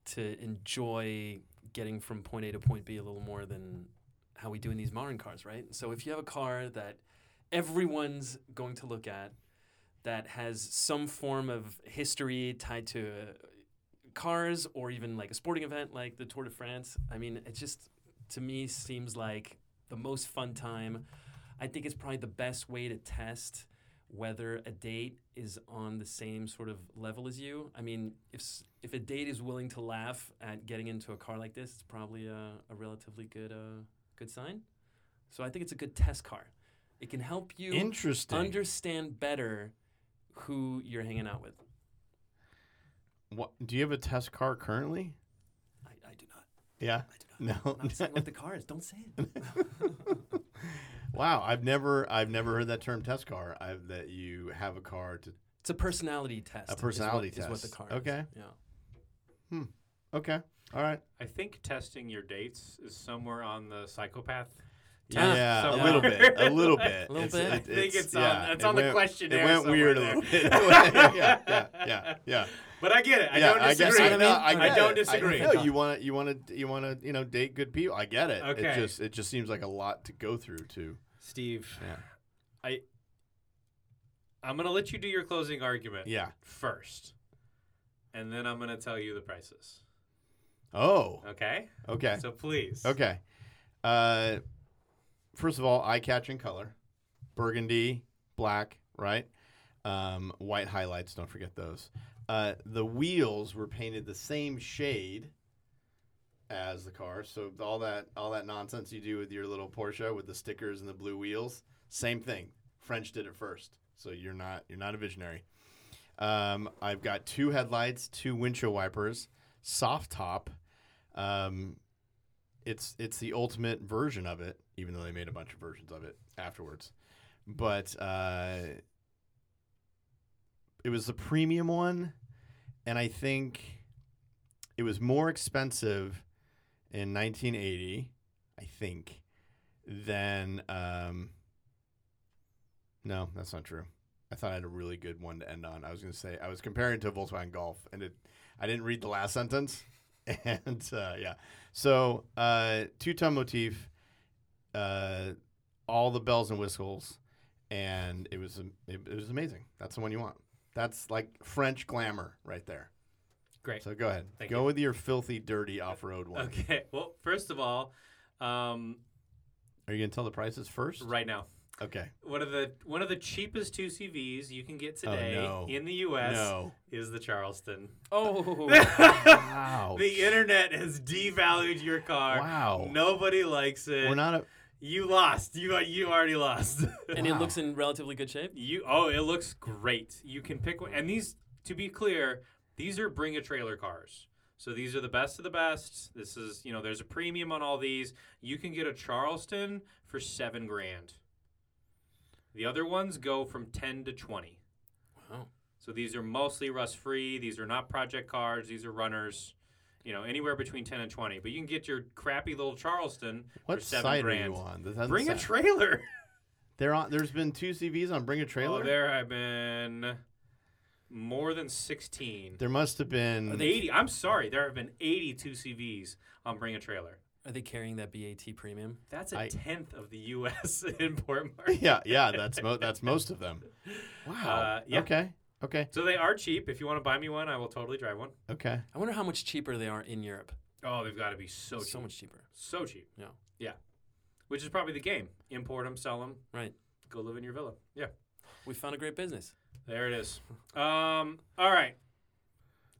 to enjoy getting from point A to point B a little more than how we do in these modern cars, right? So if you have a car that everyone's going to look at that has some form of history tied to uh, cars or even like a sporting event like the Tour de France, I mean, it just to me seems like the most fun time. I think it's probably the best way to test whether a date is on the same sort of level as you. I mean, if s- if a date is willing to laugh at getting into a car like this, it's probably a, a relatively good uh, good sign. So I think it's a good test car. It can help you
Interesting.
understand better who you're hanging out with.
What, do you have a test car currently?
I, I do not.
Yeah.
I do not.
No.
I'm not saying what the car is. Don't say it.
wow, I've never I've never heard that term test car. I that you have a car to
It's a personality test. is what-
personality
is what the
test.
car
Okay.
is. Yeah.
Okay. All right.
I think testing your dates is somewhere on the psychopath.
Yeah,
yeah, a
somewhere.
little bit. A little bit.
A little bit. I
I think it's, on,
yeah,
it's
it
on the
went-
questionnaire.
It went
somewhere
weird a
there.
little bit. yeah, yeah, yeah, yeah.
But I get it. I
yeah,
don't disagree.
I,
I
no, I,
mean?
get
I don't
it.
disagree.
no, you want to, you want to, you want to, you know, date good people. I get it.
Okay.
It just, it just seems like a lot to go through. To
Steve,
Yeah.
I I'm gonna let you do your closing argument
yeah.
first, and then I'm gonna tell you the prices.
Oh.
Okay.
Okay.
So please.
Okay. Uh, first of all, eye catching color, burgundy, black, right? Um, white highlights. Don't forget those. Uh, the wheels were painted the same shade as the car, so all that all that nonsense you do with your little Porsche with the stickers and the blue wheels, same thing. French did it first, so you're not you're not a visionary. Um, I've got two headlights, two windshield wipers, soft top. Um, it's it's the ultimate version of it, even though they made a bunch of versions of it afterwards. But uh, it was the premium one, and I think it was more expensive in 1980, I think, than um, no, that's not true. I thought I had a really good one to end on. I was going to say I was comparing it to a Volkswagen Golf, and it, I didn't read the last sentence, and uh, yeah, so, uh, two tone motif, uh, all the bells and whistles, and it was am- it, it was amazing. That's the one you want. That's like French glamour right there.
Great.
So go ahead,
Thank
go with your filthy, dirty off road one.
Okay. Well, first of all, um,
Are you gonna tell the prices first?
right now,
Okay.
one of the one of the cheapest two CVs you can get
Oh,
today
no.
in the U.S.
No.
is the Charleston.
Oh.
Wow.
The internet has devalued your car.
Oh, Wow.
Nobody likes it.
We're not. A,
You lost. You you already lost.
and
Wow.
it looks in relatively good shape.
you oh, it looks great. You can pick one. And these, to be clear, these are bring a trailer cars. So these are the best of the best. This is you know there's a premium on all these. You can get a Charleston for seven grand. The other ones go from ten to twenty.
Wow.
So these are mostly rust free. These are not project cars. These are runners. You know anywhere between ten and twenty. But you can get your crappy little Charleston
what
for seven
site
grand.
are you on? That doesn't
Bring a
sound-
trailer.
They're on. There's been two CVs on Bring a Trailer.
Oh, there have been more than Uh, 16.
there must have been.
80. I'm sorry. There have been 82 CVs on Bring a Trailer.
Are they carrying that BAT premium?
That's a
I-
tenth of the U.S. import market.
yeah, yeah, that's mo- that's most of them. Wow.
Uh, yeah.
Okay. Okay.
So they are cheap. If you want to buy me one, I will totally drive one.
Okay.
I wonder how much cheaper they are in Europe.
Oh, they've got to be so cheap.
so much cheaper.
So cheap.
Yeah.
Yeah. Which is probably the game. Import them, sell them.
Right.
Go live in your villa. Yeah.
We found a great business.
There it is. Um, all right.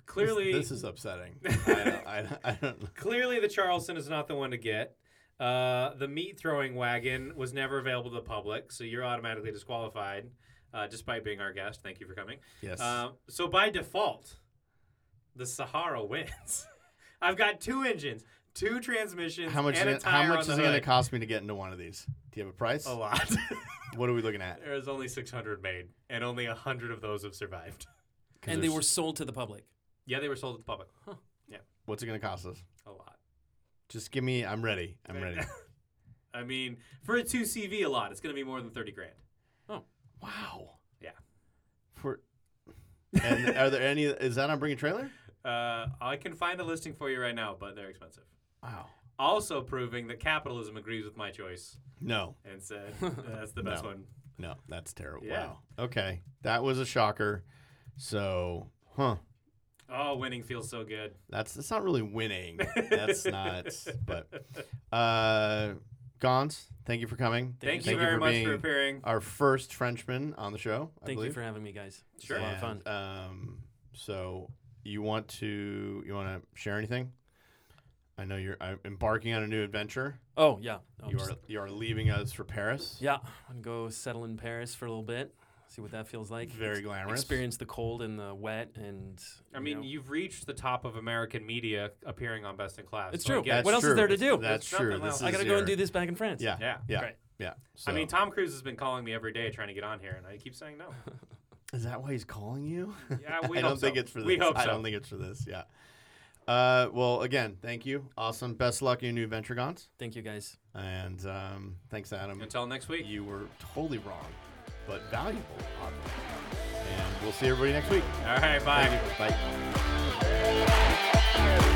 Clearly,
this, this is upsetting. I, don't- I, don't- I don't. know.
clearly the Charleston is not the one to get. Uh, the meat throwing wagon was never available to the public, so you're automatically disqualified, uh, despite being our guest. Thank you for coming.
Yes.
Um, so by default, the Sahara wins. I've got two engines, two transmissions,
how much?
and a
Is it, how
tire
much
on
is
the
it going to
hood. Oh,
cost me to get into one of these? Do you have a price?
A lot.
What are we looking at?
There's only 600 made, and only 100 of those have survived.
'Cause
And they
there's-
were sold to the public.
Yeah, they were sold to the public.
What's it going to cost us?
A lot.
Just give me. I'm ready. I'm
Right.
ready.
I mean, for a 2CV, a lot. It's going to be more than 30 grand.
Wow.
Yeah.
For. And are there any? Is that on bring a trailer?
Uh, I can find a listing for you right now, but they're expensive.
Wow.
Also proving that capitalism agrees with my choice
No,
and said that's the best
No.
one.
no, that's terrible.
Yeah.
Wow. Okay, that was a shocker. So, huh?
Oh, winning feels so good.
That's that's not really winning. That's not. But, uh, Gons, thank you for coming.
Thank,
Thank
you
you
very
for
much
being-
for appearing.
Our first Frenchman on the show. I
Thank you
believe.
for having me, guys. It's
Sure.
a lot of fun.
And, Um, so you want to you want to share anything? I know you're uh, embarking on a new adventure.
Oh yeah. No,
you
just-
are you are leaving us for Paris.
Yeah, I'm gonna go settle in Paris for a little bit. See what that feels like.
Very
Ex-
glamorous.
Experience the cold and the wet, and
I
you
mean,
know.
you've reached the top of American media appearing on Best in Class.
It's
so I
true.
guess-
That's
What else is
true.
there to do?
That's
There's
true.
nothing
This
else.
is
I gotta go and do
your-
this back in France.
Yeah.
Yeah.
Yeah.
Great.
Yeah.
I mean,
So-
Tom Cruise has been calling me every day trying to get on here, and I keep saying no.
Is that why he's calling you?
Yeah, we
I
hope
don't think
so.
it's for this.
We hope
I
so.
don't think it's for this. Yeah. Uh, well, again, thank you. Awesome. Best luck in your new venture, Gons.
Thank you guys.
And um, thanks, Adam.
Until next week.
You were totally wrong, but valuable. Obviously. And we'll see everybody next week.
All right, bye.
Bye.
Thank you.